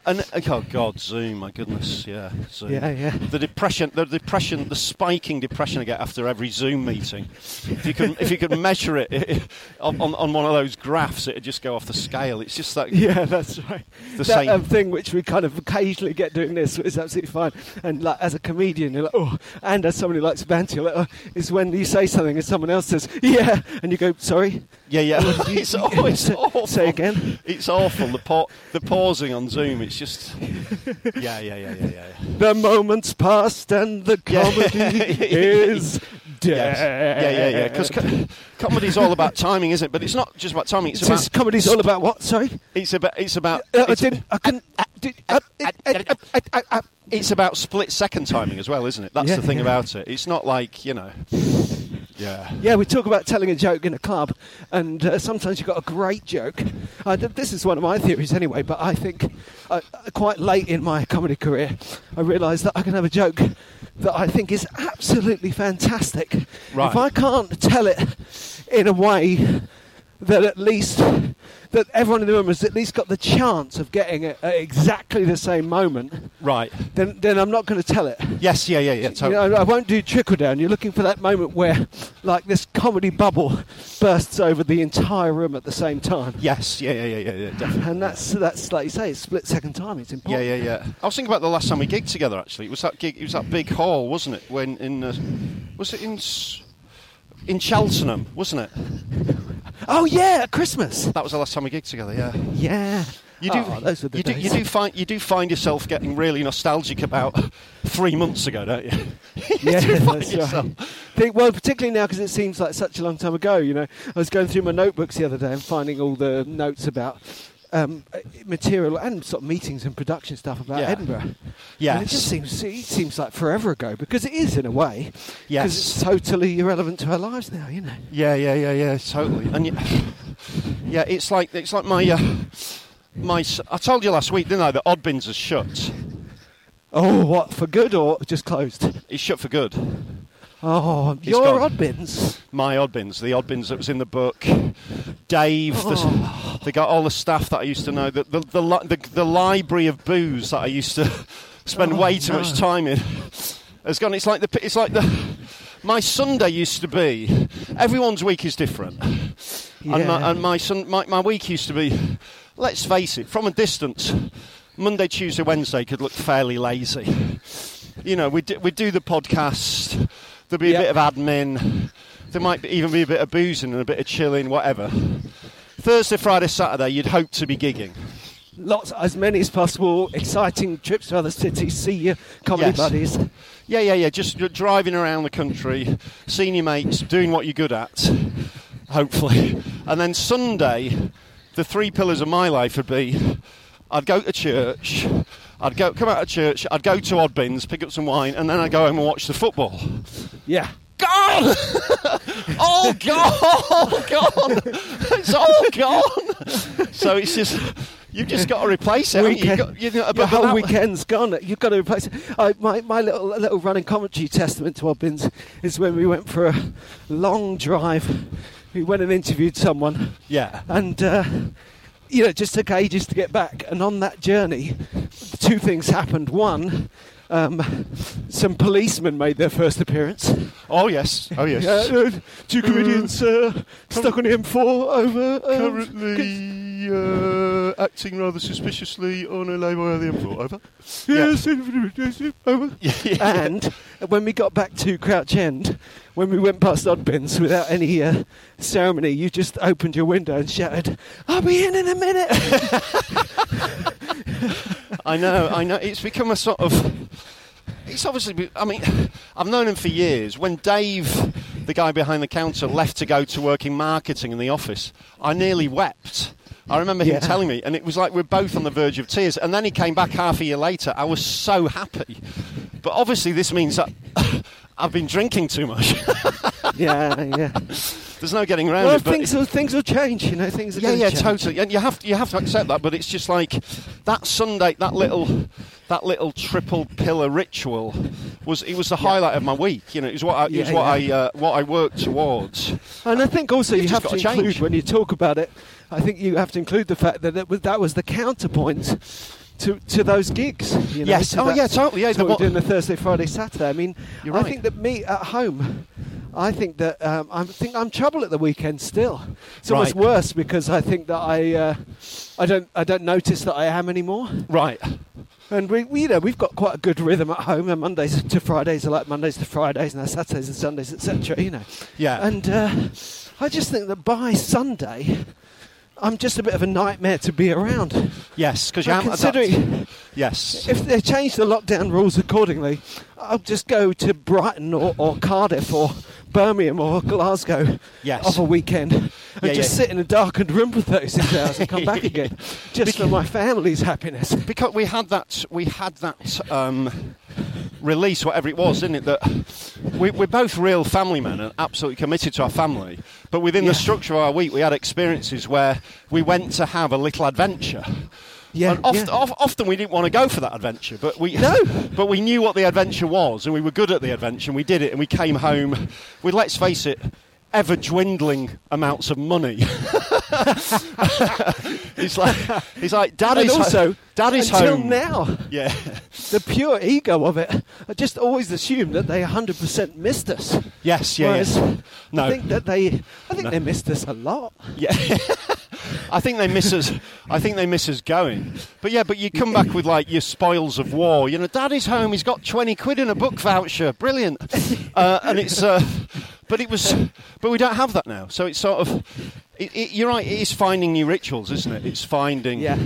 and oh god, Zoom, my goodness, yeah, Zoom. Yeah, yeah. The depression, the depression, the spiking depression I get after every Zoom meeting. If you could, if you could measure it, it on, on on one of those graphs, it'd just go off the scale. It's just that Yeah, that's right. The that same. um, thing which we kind of occasionally get doing this is absolutely fine. And like as a comedian, you're like, oh, and as somebody like Sebastian, like, oh, is when you say something and someone else says, yeah, and you go, sorry, Yeah, yeah. it's, aw- it's Say- awful. say again. It's awful. The pa- the pausing on Zoom. It's just. Yeah, yeah, yeah, yeah, yeah. the moment's past and the Yeah. comedy is Yes. dead. Yeah, yeah, yeah. Because co- comedy's all about timing, isn't it? But it's not just about timing. It's So about. it's- comedy's all about what? Sorry, It's about. It's about. Uh, I It's, didn't. I couldn't. uh, did- uh, it- uh, uh, uh, uh, it's about split second timing as well, isn't it? That's Yeah, the thing yeah. about it. It's not like you know. Yeah. Yeah, we talk about telling a joke in a club, and uh, sometimes you've got a great joke. Uh, th- this is one of my theories anyway, but I think uh, uh, quite late in my comedy career, I realised that I can have a joke that I think is absolutely fantastic. Right. If I can't tell it in a way that at least that everyone in the room has at least got the chance of getting it at exactly the same moment, Right. then, then I'm not going to tell it. Yes. Yeah. Yeah. Yeah. Totally. You know, I won't do trickle down. You're looking for that moment where, like, this comedy bubble bursts over the entire room at the same time. yes. Yeah. Yeah. Yeah. Yeah. yeah definitely. And that's that's like you say, it's split second time. It's Yeah, important. yeah, yeah. I was thinking about the last time we gigged together. Actually, it was that gig. It was that big hall, wasn't it? When in uh, was it in S- in Cheltenham, wasn't it? Oh yeah, at Christmas. That was the last time we gigged together. Yeah. Yeah. You do. Oh, those were the you days. do. You do find you do find yourself getting really nostalgic about three months ago, don't you? You yeah, do find that's yourself- right. Think, well, particularly now because it seems like such a long time ago. You know, I was going through my notebooks the other day and finding all the notes about um, uh, material and sort of meetings and production stuff about Yeah. Edinburgh. Yes. and it just seems it seems like forever ago because it is in a way. Yes. because it's totally irrelevant to our lives now. You know. Yeah, yeah, yeah, yeah, totally. And y- yeah, it's like it's like my uh, my. s- I told you last week, didn't I, that Oddbins is shut. Oh, what for good or just closed? It's shut for good. Oh, It's your gone. Oddbins. my Oddbins, the Oddbins that was in the book. Dave, the, they got all the staff that I used to know, the, the, the, li- the, the library of booze that I used to spend way too much time in has gone. It's like the, it's like the, my Sunday used to be, everyone's week is different. And, Yeah. my, and my, son, my, my week used to be, let's face it, from a distance, Monday, Tuesday, Wednesday could look fairly lazy. You know, we do, we do the podcast, there'd be a Yep. bit of admin, there might be, even be a bit of boozing and a bit of chilling, whatever. Thursday, Friday, Saturday, you'd hope to be gigging. Lots, as many as possible. Exciting trips to other cities. See your comedy Yes. buddies. Yeah, yeah, yeah, just you're driving around the country, seeing your mates, doing what you're good at, hopefully. And then Sunday, the three pillars of my life would be I'd go to church, I'd go come out of church, I'd go to Oddbins, pick up some wine, and then I'd go home and watch the football. Yeah. Gone! all gone! gone! It's all gone! So it's just, you've just got to replace it. haven't you? You've weekend. got- you've got- your but- but whole that- weekend's gone. You've got to replace it. I, my, my little little running commentary testament to Obbins is when we went for a long drive. We went and interviewed someone, Yeah. and uh, you know, it just took ages to get back. And on that journey, two things happened. One. Um, some policemen made their first appearance. Oh, yes. Oh, yes. Uh, two comedians uh, stuck on the M4 over. uh, Um, currently uh, acting rather suspiciously on a labour of the M4. Over. Yes, over. and when we got back to Crouch End, when we went past Oddbins without any uh, ceremony, you just opened your window and shouted, "I'll be in in a minute." I know, I know. It's become a sort of. It's obviously. be- I mean, I've known him for years. When Dave, the guy behind the counter, left to go to work in marketing in the office, I nearly wept. I remember him Yeah. telling me, and it was like we're both on the verge of tears. And then he came back half a year later. I was so happy, but obviously this means that I've been drinking too much. yeah, yeah. There's no getting around well, it. but things will, things will change, you know. Things are yeah, gonna yeah, change. totally. And you have you have to accept that. But it's just like that Sunday, that little that little triple pillar ritual was it was the highlight of my week. You know, it was what I, it was Yeah, what yeah. I uh, what I worked towards. And I think also You've you just have to gotta include change. when you talk about it. I think you have to include the fact that it was, that was the counterpoint to to those gigs. You know, Yes. to Oh, that- yeah, totally, yeah, to the what what- we're doing the Thursday, Friday, Saturday. I mean, You're I right. think that me at home. I think that um, I think I'm trouble at the weekend still. It's almost Right. worse because I think that I uh, I don't I don't notice that I am anymore. Right. And we, we, you know, we've got quite a good rhythm at home. And Mondays to Fridays are like Mondays to Fridays, and our Saturdays and Sundays, etc. You know. Yeah. And uh, I just think that by Sunday, I'm just a bit of a nightmare to be around. Yes, because you But haven't had that- considering Yes. if they change the lockdown rules accordingly, I'll just go to Brighton or, or Cardiff or Birmingham or Glasgow Yes. of a weekend and Yeah, just yeah. sit in a darkened room for 36 hours and come back again, just for my family's happiness. because we had that we had that um, release, whatever it was, didn't it? That we, we're both real family men and absolutely committed to our family. But within Yeah. the structure of our week, we had experiences where we went to have a little adventure. Yeah, and oft, yeah. of- often we didn't want to go for that adventure, but we No. but we knew what the adventure was, and we were good at the adventure, and we did it, and we came home with, let's face it, ever dwindling amounts of money. it's like it's like dad and is ho- also, dad is until home now, yeah. the pure ego of it, I just always assumed that they 100% missed us. Yes, yeah, Whereas yes. No. I think that they, I think No. they missed us a lot. Yeah. I think they miss us. I think they miss us going. But yeah, but you come back with like your spoils of war. You know, Daddy's home. He's got twenty quid in a book voucher. Brilliant. Uh, and it's. Uh, but it was. But we don't have that now. So it's sort of. It, it, you're right. It is finding new rituals, isn't it? It's finding. Yeah.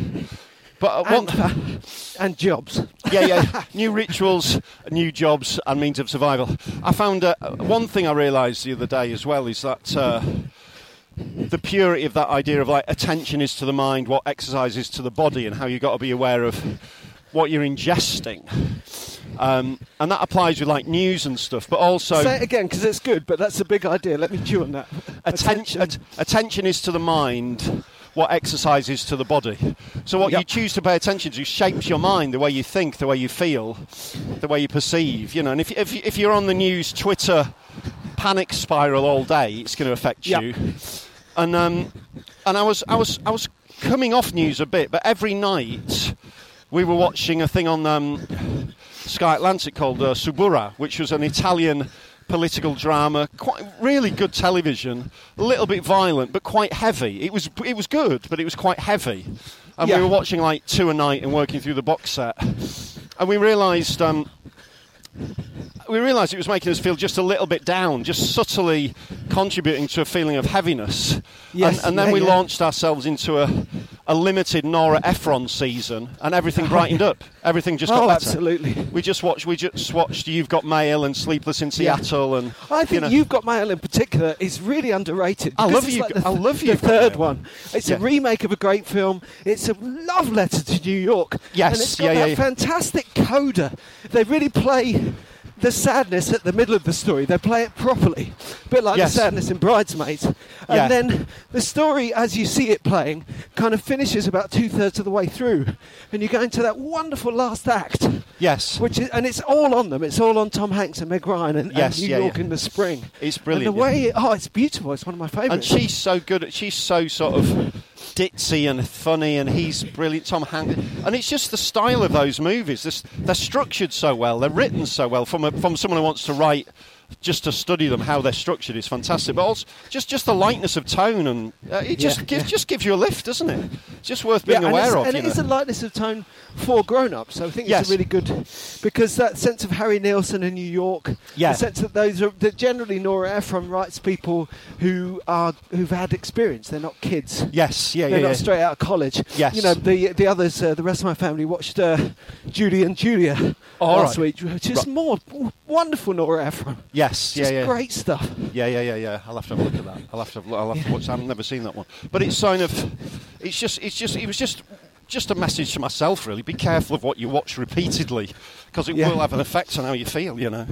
But uh, And, what, uh, and jobs. yeah, yeah. New rituals, new jobs, and means of survival. I found uh, one thing I realised the other day as well is that uh, the purity of that idea of like attention is to the mind, what exercise is to the body, and how you've got to be aware of what you're ingesting. Um, and that applies with like news and stuff, but also Say it again because it's good, but that's a big idea. Let me chew on that. attention, at- attention is to the mind what exercise is to the body. So what you Yep. choose to pay attention to shapes your mind, the way you think, the way you feel, the way you perceive. You know, and if if, if you're on the news, Twitter panic spiral all day, it's going to affect Yep. you. And um, and I was I was I was coming off news a bit, but every night we were watching a thing on um, Sky Atlantic called uh, Subura, which was an Italian political drama, quite really good television, a little bit violent but quite heavy. It was it was good, but it was quite heavy. And Yeah. we were watching like two a night and working through the box set, and we realised. Um, we realised it was making us feel just a little bit down, just subtly contributing to a feeling of heaviness. Yes, and, and then yeah, we yeah. launched ourselves into a, a limited Nora Ephron season, and everything brightened up. Everything just got Oh, better. absolutely. We just watched. We just watched. You've got Mail and Sleepless in Yeah. Seattle, and I think you know, you've got mail in particular is really underrated. I because love it's you- Like the, I love the You've Got third Mail. one. It's Yeah. a remake of a great film. It's a love letter to New York. Yes, and it's got yeah, that yeah, yeah. fantastic coda. They really play the sadness at the middle of the story. They play it properly, a bit like Yes. the sadness in Bridesmaids. And Yeah. then the story, as you see it playing, kind of finishes about two thirds of the way through, and you go into that wonderful last act. yes, Which is, and it's all on them. It's all on Tom Hanks and Meg Ryan and, and Yes, New yeah, York yeah. in the spring. It's And brilliant, the yeah. way, oh, it's beautiful. It's one of my favourites. and she's so good. At, she's so sort of ditzy and funny, and he's brilliant. Tom Hanks, and it's just the style of those movies. This, they're structured so well. They're written so well. From a, from someone who wants to write, just to study them, how they're structured is fantastic. But also just just the lightness of tone, and uh, it just Yeah, gives yeah. just gives you a lift, doesn't it? It's just worth Yeah, being and it's- aware of. And you it is know. a lightness of tone for grown-ups. So I think Yes. it's a really good because that sense of Harry Nilsson in New York. Yeah. The sense that those are that generally Nora Ephron writes people who are who've had experience. They're not kids. yes, yeah, yeah, They're yeah. not straight out of college. Yes. You know, the the others, uh, the rest of my family watched uh, Judy and Julia Oh, All last right. week, which is Right. more w- wonderful Nora Ephron. Yes, yeah, Just yeah. great stuff. Yeah, yeah, yeah, yeah. I'll have to have a look at that. I'll have to. Have, I'll have to watch. I've never seen that one, but it's sign of. It's just. It's just. It was just just a message to myself, really. Be careful of what you watch repeatedly, because it Yeah. will have an effect on how you feel. You know.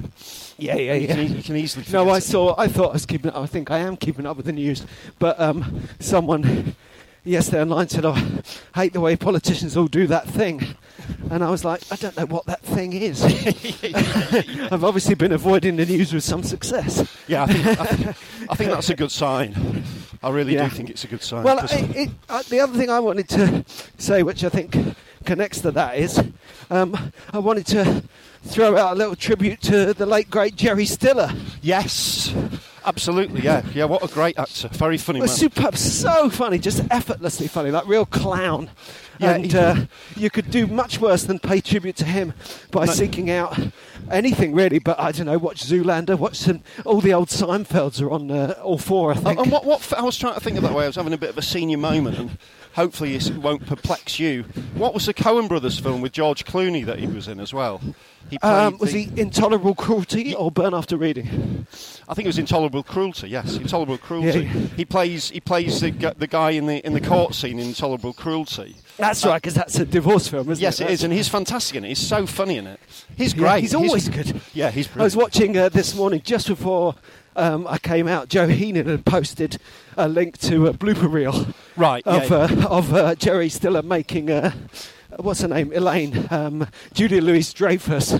Yeah, yeah, You can, yeah. e- you can easily. No, forget I it. saw. I thought I was keeping. I think I am keeping up with the news. But um, someone yesterday online said, "I hate the way politicians all do that thing," and I was like, "I don't know what that thing is." I've obviously been avoiding the news with some success. Yeah, I think, I, think, I think that's a good sign. I really Yeah. do think it's a good sign. Well, 'cause- it, it, uh, the other thing I wanted to say, which I think connects to that, is um, I wanted to throw out a little tribute to the late great Jerry Stiller. yes, absolutely. Yeah, yeah. What a great actor. Very funny Well, man. superb, so funny, just effortlessly funny, like real clown. Yeah, and he- uh, you could do much worse than pay tribute to him by No. seeking out anything really. But I don't know, watch Zoolander, watch some. All the old Seinfelds are on uh, all four, I Oh, think. and what, what? I was trying to think of that way. I was having a bit of a senior moment, and hopefully it won't perplex you. What was the Coen Brothers film with George Clooney that he was in as well? He played um, was the- he intolerable cruelty or burn after reading? I think it was Intolerable Cruelty. Yes, Intolerable Cruelty. Yeah. He plays he plays the, gu- the guy in the in the court scene in Intolerable Cruelty. That's right, because that's a divorce film, isn't Yes, it? it is, and he's fantastic in it. He's so funny in it. He's Yeah, great. he's always good. Yeah, he's. I was brilliant. watching uh, this morning just before um, I came out. Joe Heenan had posted a link to a blooper reel Right, yeah, of uh, of uh, Jerry Stiller making uh, what's her name Elaine um, Julia Louis Dreyfus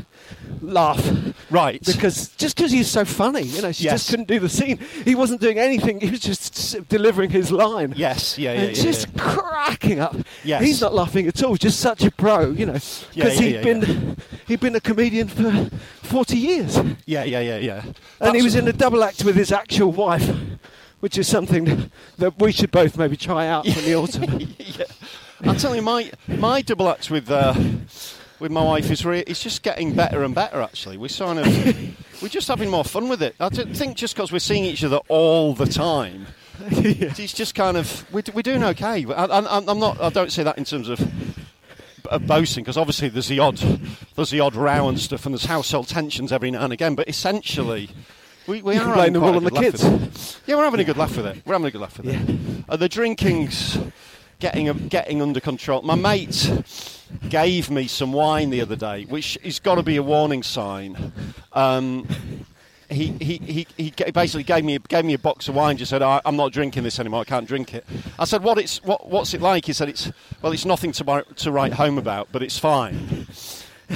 laugh Right. because just because he's so funny, you know, she just Yes. couldn't do the scene. He wasn't doing anything. He was just s- delivering his line. Yes, yeah, yeah, And yeah, just cracking up. Yes. He's not laughing at all. Just such a pro, you know, because Yeah, yeah, he'd yeah, been yeah. he'd been a comedian for forty years, and yeah, yeah, yeah, yeah. he That's- was in a double act with his actual wife, which is something that we should both maybe try out in the autumn. yeah. I'm telling you, my my double act with uh, with my wife is re- it's just getting better and better. Actually, we're sort of we're just having more fun with it. I don't think just because we're seeing each other all the time, it's just kind of we're, we're doing okay. I, I, I'm not. I don't say that in terms of. Of boasting because obviously there's the odd, there's the odd row and stuff, and there's household tensions every now and again. But essentially, we, we You are can blame having the quite wool on the a good laugh kids. with it. Yeah, we're having a good laugh with it. We're having a good laugh with it. Uh, the drinking's getting getting under control. My mate gave me some wine the other day, which is got to be a warning sign. Um, he, he, he, he ga- basically gave me, gave me a box of wine. Just said, "I- "I'm not drinking this anymore. I can't drink it." I said, "What it's what, what's it like?" He said, "It's well, it's nothing to, write- to write home about, but it's fine."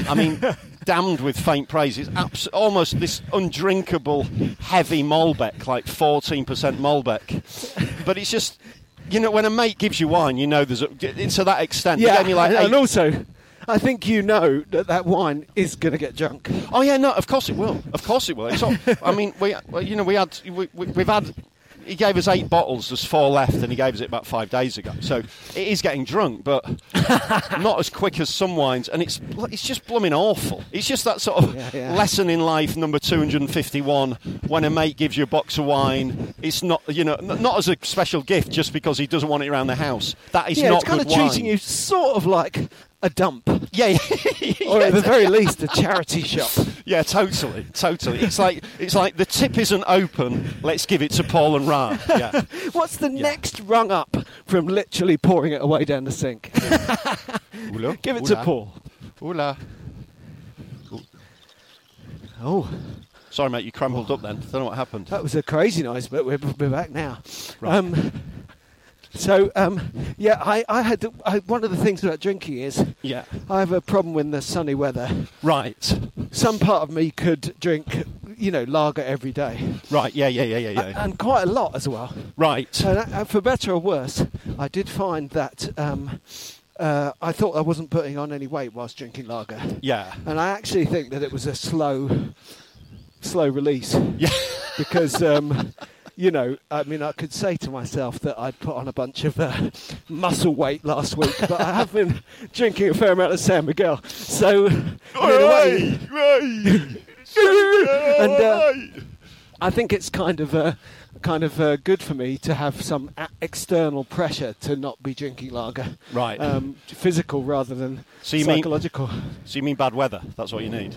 I mean, damned with faint praise. It's abs- almost this undrinkable, heavy Malbec, like 14% Malbec. But it's just, you know, when a mate gives you wine, you know there's a, it's to that extent. He yeah, gave me like and eight- also, I think you know that that wine is going to get drunk. Oh yeah, no, of course it will. Of course it will. It's all, I mean, we, well, you know, we had, we, we- we've had. He gave us eight bottles. There's four left, and he gave us it about five days ago. So it is getting drunk, but not as quick as some wines. And it's it's just blooming awful. It's just that sort of Yeah, yeah. lesson in life number 251. When a mate gives you a box of wine, it's not you know n- not as a special gift just because he doesn't want it around the house. That is yeah, not it's kind good of treating wine. you sort of like a dump, Yeah, yeah. or at the very least a charity shop. Yeah, totally, totally. It's like it's like the tip isn't open. Let's give it to Paul and Ryan. Yeah, What's the next rung up from literally pouring it away down the sink? Give it to Paul. Hola. Oh, Sorry, mate. You crumbled up then. Uh, Don't know what happened. that was a crazy noise, but we're, we're back now. Right. Um, so, um, yeah, I, I had the, I, one of the things about drinking is Yeah. I have a problem when there's sunny weather. Right. Some part of me could drink, you know, lager every day, Right. Yeah. Yeah. Yeah. Yeah. Yeah. and quite a lot as well. right. And uh, for better or worse, I did find that um, uh, I thought I wasn't putting on any weight whilst drinking lager. yeah. And I actually think that it was a slow, slow release Yeah. because, um, you know, I mean, I could say to myself that I'd put on a bunch of uh, muscle weight last week, but I have been drinking a fair amount of San Miguel. So, I mean, in a way, and uh, I think it's kind of uh, kind of uh, good for me to have some a- external pressure to not be drinking lager. Right. Um, physical rather than So you mean- psychological. So you mean bad weather? That's what you need.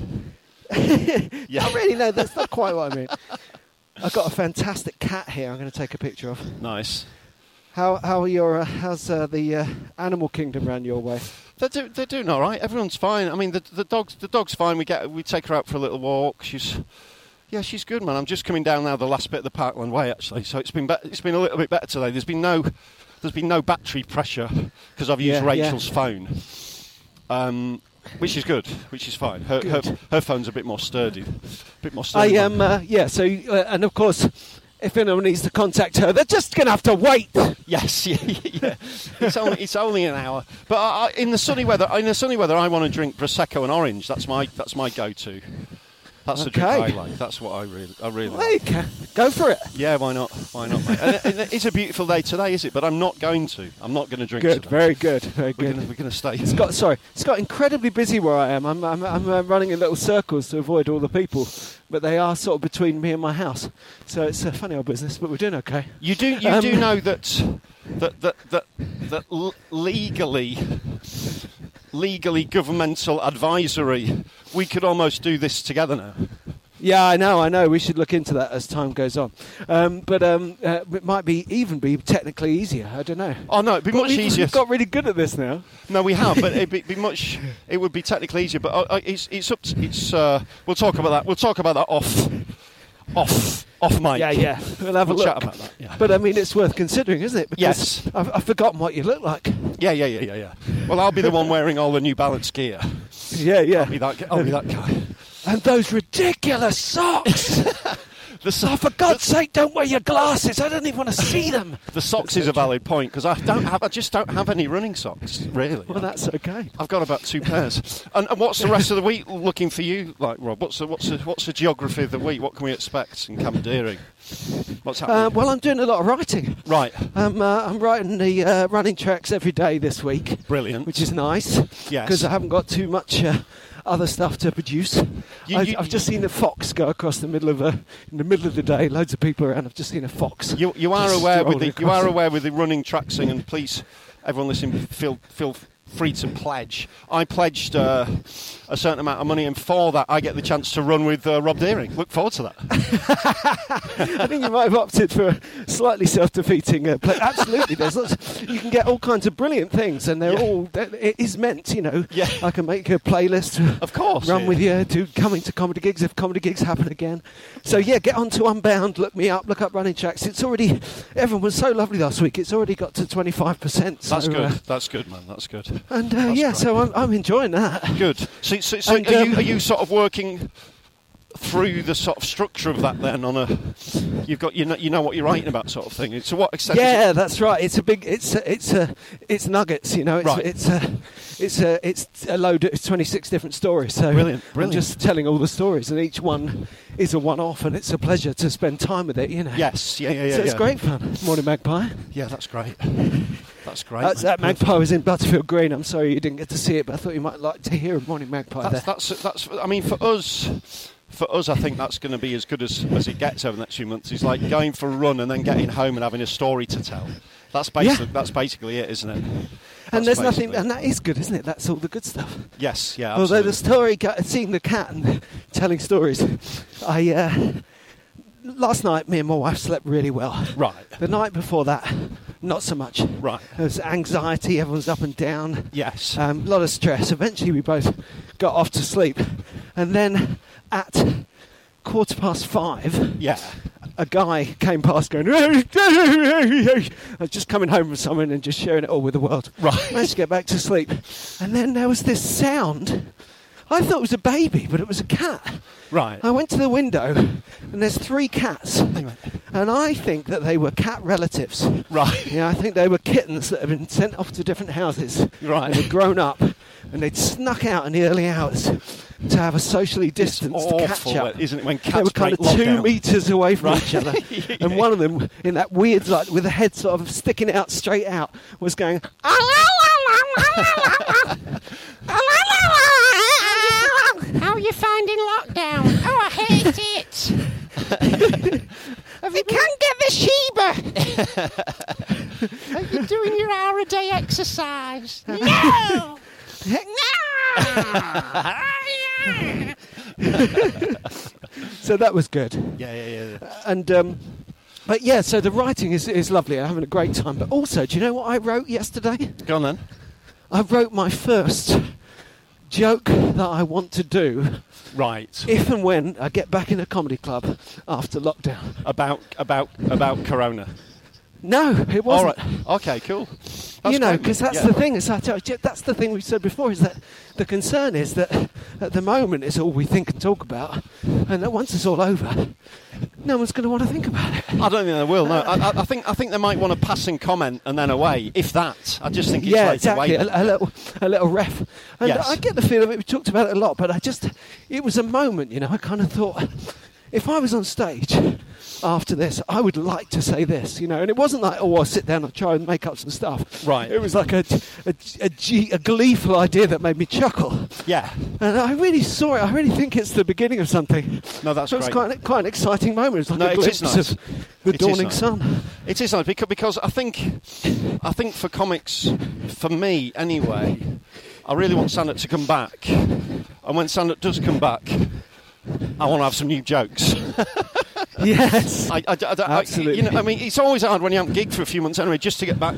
yeah. I really know that's not quite what I mean. I've got a fantastic cat here. I'm going to take a picture of. Nice. How how are your uh, how's uh, the uh, animal kingdom ran your way? They're, do, they're doing all right. Everyone's fine. I mean, the, the dog's the dog's fine. We get we take her out for a little walk. She's yeah, she's good, man. I'm just coming down now the last bit of the Parkland Way actually. So it's been be- it's been a little bit better today. There's been no there's been no battery pressure because I've used Yeah, yeah. Rachel's phone, um, which is good, which is fine. Her, her Good. her phone's a bit more sturdy, a bit more I sturdy. am uh, yeah. So uh, and of course, if anyone needs to contact her, they're just gonna have to wait. Yes, yeah, yeah. It's only it's only an hour, but I, I, in the sunny weather, in the sunny weather, I want to drink prosecco and orange. That's my that's my go-to. That's the drink I Okay. like. That's what I really I really. Well, you Like. can. Go for it. Yeah, why not? Why not, mate? And, and it's a beautiful day today, is it? But I'm not going to. I'm not going to drink Good, today. very good, very we're good. going we're gonna stay. It's got sorry, it's got incredibly busy where I am. I'm I'm, I'm uh, running in little circles to avoid all the people, but they are sort of between me and my house. So it's a funny old business, but we're doing okay. You do you Um, do know that that that that, that l- legally legally governmental advisory we could almost do this together now. Yeah, I know, I know. We should look into that as time goes on. Um, but um, uh, it might be even be technically easier. I don't know. Oh no, it'd be much we've, easier. We've got really good at this now. No, we have, but it'd be, be much. It would be technically easier, but uh, uh, it's it's up. To, it's uh, we'll talk about that. We'll talk about that off, off, off mic. Yeah, yeah. We'll have We'll a look. chat about that, yeah. But I mean, it's worth considering, isn't it? Because Yes. I've, I've forgotten what you look like. yeah, yeah, yeah, yeah, yeah. Well, I'll be the one wearing all the New Balance gear. Yeah, I'll be yeah. that. gu- I'll be that guy. And those ridiculous socks. Oh, The, so- For God's sake, don't wear your glasses. I don't even want to see them. the socks is a valid point because I don't have. I just don't have any running socks really. Well, that's okay. I've got about two pairs. And, and what's the rest of the week looking for you like, Rob? What's the what's the, what's the geography of the week? What can we expect in commandeering? What's happening? Uh, well, I'm doing a lot of writing. right. Um, uh, I'm writing the uh, running tracks every day this week. Brilliant. Which is nice. Yes. Because I haven't got too much uh, other stuff to produce. You- I've, you- I've just seen a fox go across the middle of a, in the middle of the day. Loads of people around. I've just seen a fox. You, you are just aware with strolling the you are across. aware with the running track thing, and please, everyone listening, feel feel free to pledge. I pledged uh, a certain amount of money, and for that, I get the chance to run with uh, Rob Deering. Look forward to that. I think you might have opted for a slightly self-defeating uh, play. Absolutely, there's lots. You can get all kinds of brilliant things, and they're Yeah. all. It is meant, you know. Yeah. I can make a playlist. uh, Of course, Run yeah. with you. Do coming to comedy gigs if comedy gigs happen again. So yeah, get on to Unbound. Look me up. Look up running tracks. It's already. Everyone was so lovely last week. It's already got to 25 percent. So, That's good. uh, That's good, man. That's good. and uh, That's yeah, great. so I'm, I'm enjoying that. good. So, so, so And, are, um, you, are you sort of working through the sort of structure of that then? On a you've got you know you know what you're writing about sort of thing. To what extent? is it- Yeah, that's right. It's a big. It's a, it's a, it's nuggets. You know, it's Right. it's a, it's a, it's a load. It's twenty six different stories. So Brilliant, brilliant. I'm just telling all the stories, and each one is a one off, and it's a pleasure to spend time with it. You know. Yes. Yeah. Yeah. Yeah. so it's yeah. great fun. Morning, magpie. Yeah, that's great. That's great. That's, man. that magpie was in Butterfield Green. I'm sorry you didn't get to see it, but I thought you might like to hear a morning magpie That's, there. that's that's. I mean, for us, for us, I think that's going to be as good as, as it gets over the next few months. It's like going for a run and then getting home and having a story to tell. That's basically Yeah. that's basically it, isn't it? That's and there's nothing, and basically- that is good, isn't it? That's all the good stuff. yes, yeah. Although Absolutely. the story, go- seeing the cat and telling stories, I uh, last night me and my wife slept really well. Right. The night before that, not so much. Right. There was anxiety. Everyone's up and down. Yes. Um, a lot of stress. Eventually, we both got off to sleep, and then at quarter past five, yeah. a guy came past going, I was just coming home from someone and just sharing it all with the world. Right. Managed to get back to sleep. And then there was this sound. I thought it was a baby, but it was a cat. Right. I went to the window and there's three cats. And I think that they were cat relatives. Right. Yeah, I think they were kittens that had been sent off to different houses. Right. And had grown up and they'd snuck out in the early hours to have a socially distanced awful, catch up. isn't it, when they cats were kind of break two lockdown? meters away from each other, and one of them, in that weird, like with the head sort of sticking out straight out, was going. How are you finding lockdown? Oh, I hate it. We can't get the Sheba. Are you doing your hour a day exercise? No! no! So that was good, Yeah, yeah, yeah. and um, But yeah, so the writing is, is lovely. I'm having a great time. But also, do you know what I wrote yesterday? Go on then. I wrote my first joke that I want to do Right. if and when I get back in a comedy club after lockdown. About about about Corona. No, it wasn't. All right. Okay. Cool. That's you know, great, because mate. that's Yeah. the thing. Is that, that's the thing we've said before. Is that the concern is that at the moment it's all we think and talk about, and that once it's all over, no one's going to want to think about it. I don't think they will. No, I, I I think I think they might want a passing comment and then away. If that, I just think it's yeah, later. exactly. Wait. A, a little, a little ref. And Yes. I get the feeling we talked about it a lot, but I just, it was a moment. You know, I kind of thought, if I was on stage after this, I would like to say this. You know, and it wasn't like, oh, I'll sit down and try and make up some stuff. Right. It was like a, a, a, g- a gleeful idea that made me chuckle. Yeah. And I really saw it. I really think it's the beginning of something. No, that's so it's great. quite an, quite an exciting moment. It's like No, a it glimpse is nice. of the It is dawning nice. sun. It is nice because, because I think I think for comics, for me anyway, I really want stand up to come back. And when stand up does come back, I want to have some new jokes. yes. I, I, I, I- Absolutely. you know, I mean, it's always hard when you haven't gigged for a few months anyway, just to get back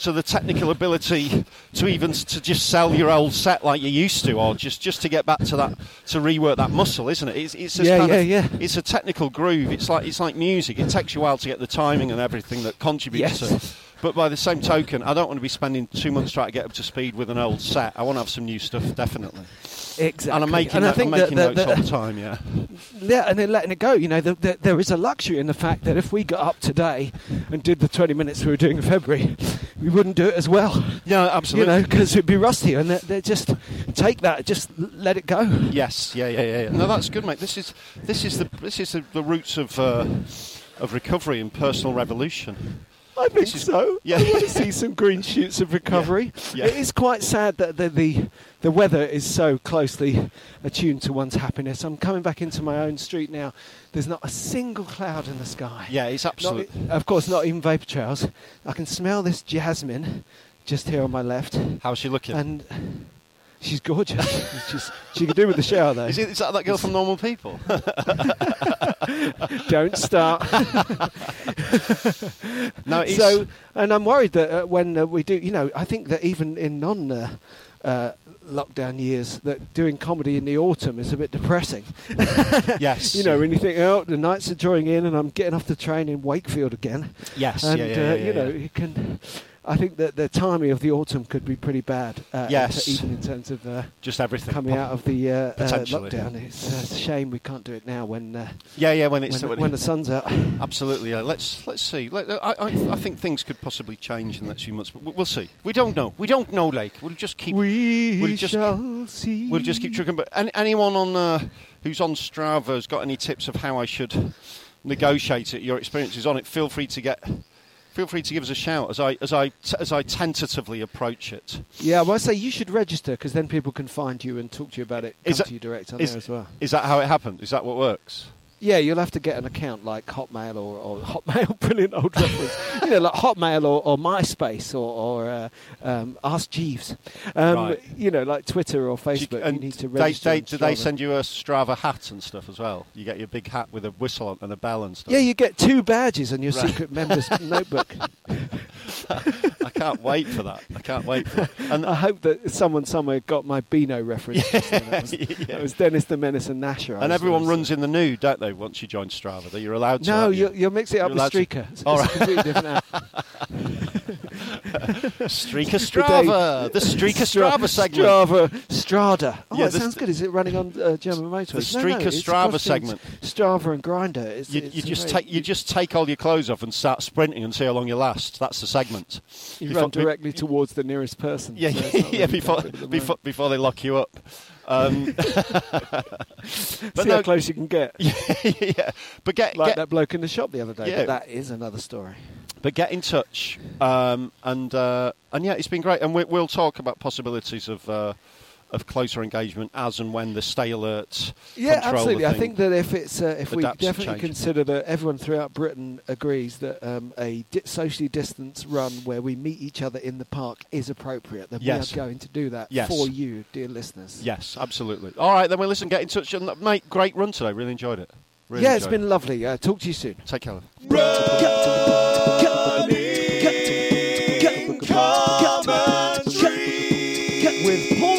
to the technical ability to even s- to just sell your old set like you used to, or just, just to get back to that to rework that muscle, isn't it? It's, it's this Yeah, kind of- yeah, yeah. It's a technical groove. It's like it's like music. It takes you a while to get the timing and everything that contributes Yes. to. it. But by the same token, I don't want to be spending two months trying to get up to speed with an old set. I want to have some new stuff, definitely. Exactly. And I'm making, And I no- I'm think that- making that- notes that- all the time, yeah. Yeah, and then letting it go. You know, the, the, there is a luxury in the fact that if we got up today and did the 20 minutes we were doing in February, we wouldn't do it as well. Yeah, absolutely. You know, because it'd be rusty. And they, they just take that, just l- let it go. Yes, yeah, yeah, yeah, yeah. No, that's good, mate. This is this is the this is the, the roots of uh, of recovery and personal revolution. I think This is- so. yeah. I want to see some green shoots of recovery. Yeah. It is quite sad that the, the the weather is so closely attuned to one's happiness. I'm coming back into my own street now. There's not a single cloud in the sky. Yeah, it's Not, absolute. of course, not even vapor trails. I can smell this jasmine just here on my left, How's she looking? and she's gorgeous. she's, she could do with a shower though. is, it, is that that girl from Normal People? Don't start. no, it's, so, and I'm worried that uh, when uh, we do, you know, I think that even in non uh, uh, lockdown years, that doing comedy in the autumn is a bit depressing. yes, You know, when you think, oh, the nights are drawing in, and I'm getting off the train in Wakefield again, yes, and yeah, yeah, uh, yeah, you know, yeah. it can. I think that the timing of the autumn could be pretty bad. Uh, Yes. even in terms of uh, just everything coming out of the uh, uh, Potentially. lockdown, it's uh, a shame we can't do it now when uh, Yeah, yeah, when it's Um, when, when the sun's out. absolutely. Yeah. Let's let's see. Let, I, I I think things could possibly change in the next few months, but we- we'll see. We don't know. We don't know, Lake. We'll just keep We we'll just shall see. We'll just keep trucking. But any, anyone on uh, who's on Strava has got any tips of how I should negotiate it? Your experiences on it. Feel free to get. Feel free to give us a shout as I as I t- as I tentatively approach it. Yeah, well, I say you should register because then people can find you and talk to you about it. Come Is that- to you direct on Is- there as well. is that how it happened? Is that what works? Yeah, you'll have to get an account like Hotmail or, or Hotmail, brilliant old reference. you know, like Hotmail or, or MySpace or, or uh, um, Ask Jeeves. Um, Right. You know, like Twitter or Do you- Facebook. you need to they- register. they- on do they Strava. send you a Strava hat and stuff as well? You get your big hat with a whistle on and a bell and stuff. Yeah, you get two badges on your Right. secret members notebook. I can't wait for that. I can't wait. For that. And I hope that someone somewhere got my Beano reference. just then. that, was, yeah. that was Dennis the Menace and Nasher. Ah, I and was everyone always- runs in the nude, don't they? Once you join Strava, that you're allowed to. No, aren't you? you'll, you'll mix it up You're with allowed to- Streaker. It's- All it's a right. completely different app. Streaker day- Strava, the Streaker Stra- Strava segment. Strava Strada. Oh, Yeah, it the sounds st- good. Is it running on uh, German motorways? the No, no, Streaker it's Strava across segment. things. Strava and Grinder. It's, You, it's you a just very- take you just take all your clothes off and start sprinting and see how long you last. That's the segment. you Before- run directly towards the nearest person. Yeah, so it's yeah, not yeah really before, comfortable at the before moment. before they lock you up. Um, but See how no, close you can get. yeah, but get, Like get that bloke in the shop the other day. Yeah. But that is another story. but get in touch um, and uh, and yeah, it's been great. And we, we'll talk about possibilities of. Uh, of closer engagement as and when the stay alert. Yeah, controller absolutely. I thing- think that if it's uh, if we adapts to definitely change. consider that everyone throughout Britain agrees that um, a di- socially distanced run where we meet each other in the park is appropriate, then Yes. we are going to do that Yes. for you, dear listeners. Yes, absolutely. All right, then we'll listen. Get in touch, and mate, great run today. Really enjoyed it. Really yeah, it's enjoyed been lovely. Yeah, talk to you soon. it. Take care. love. With Paul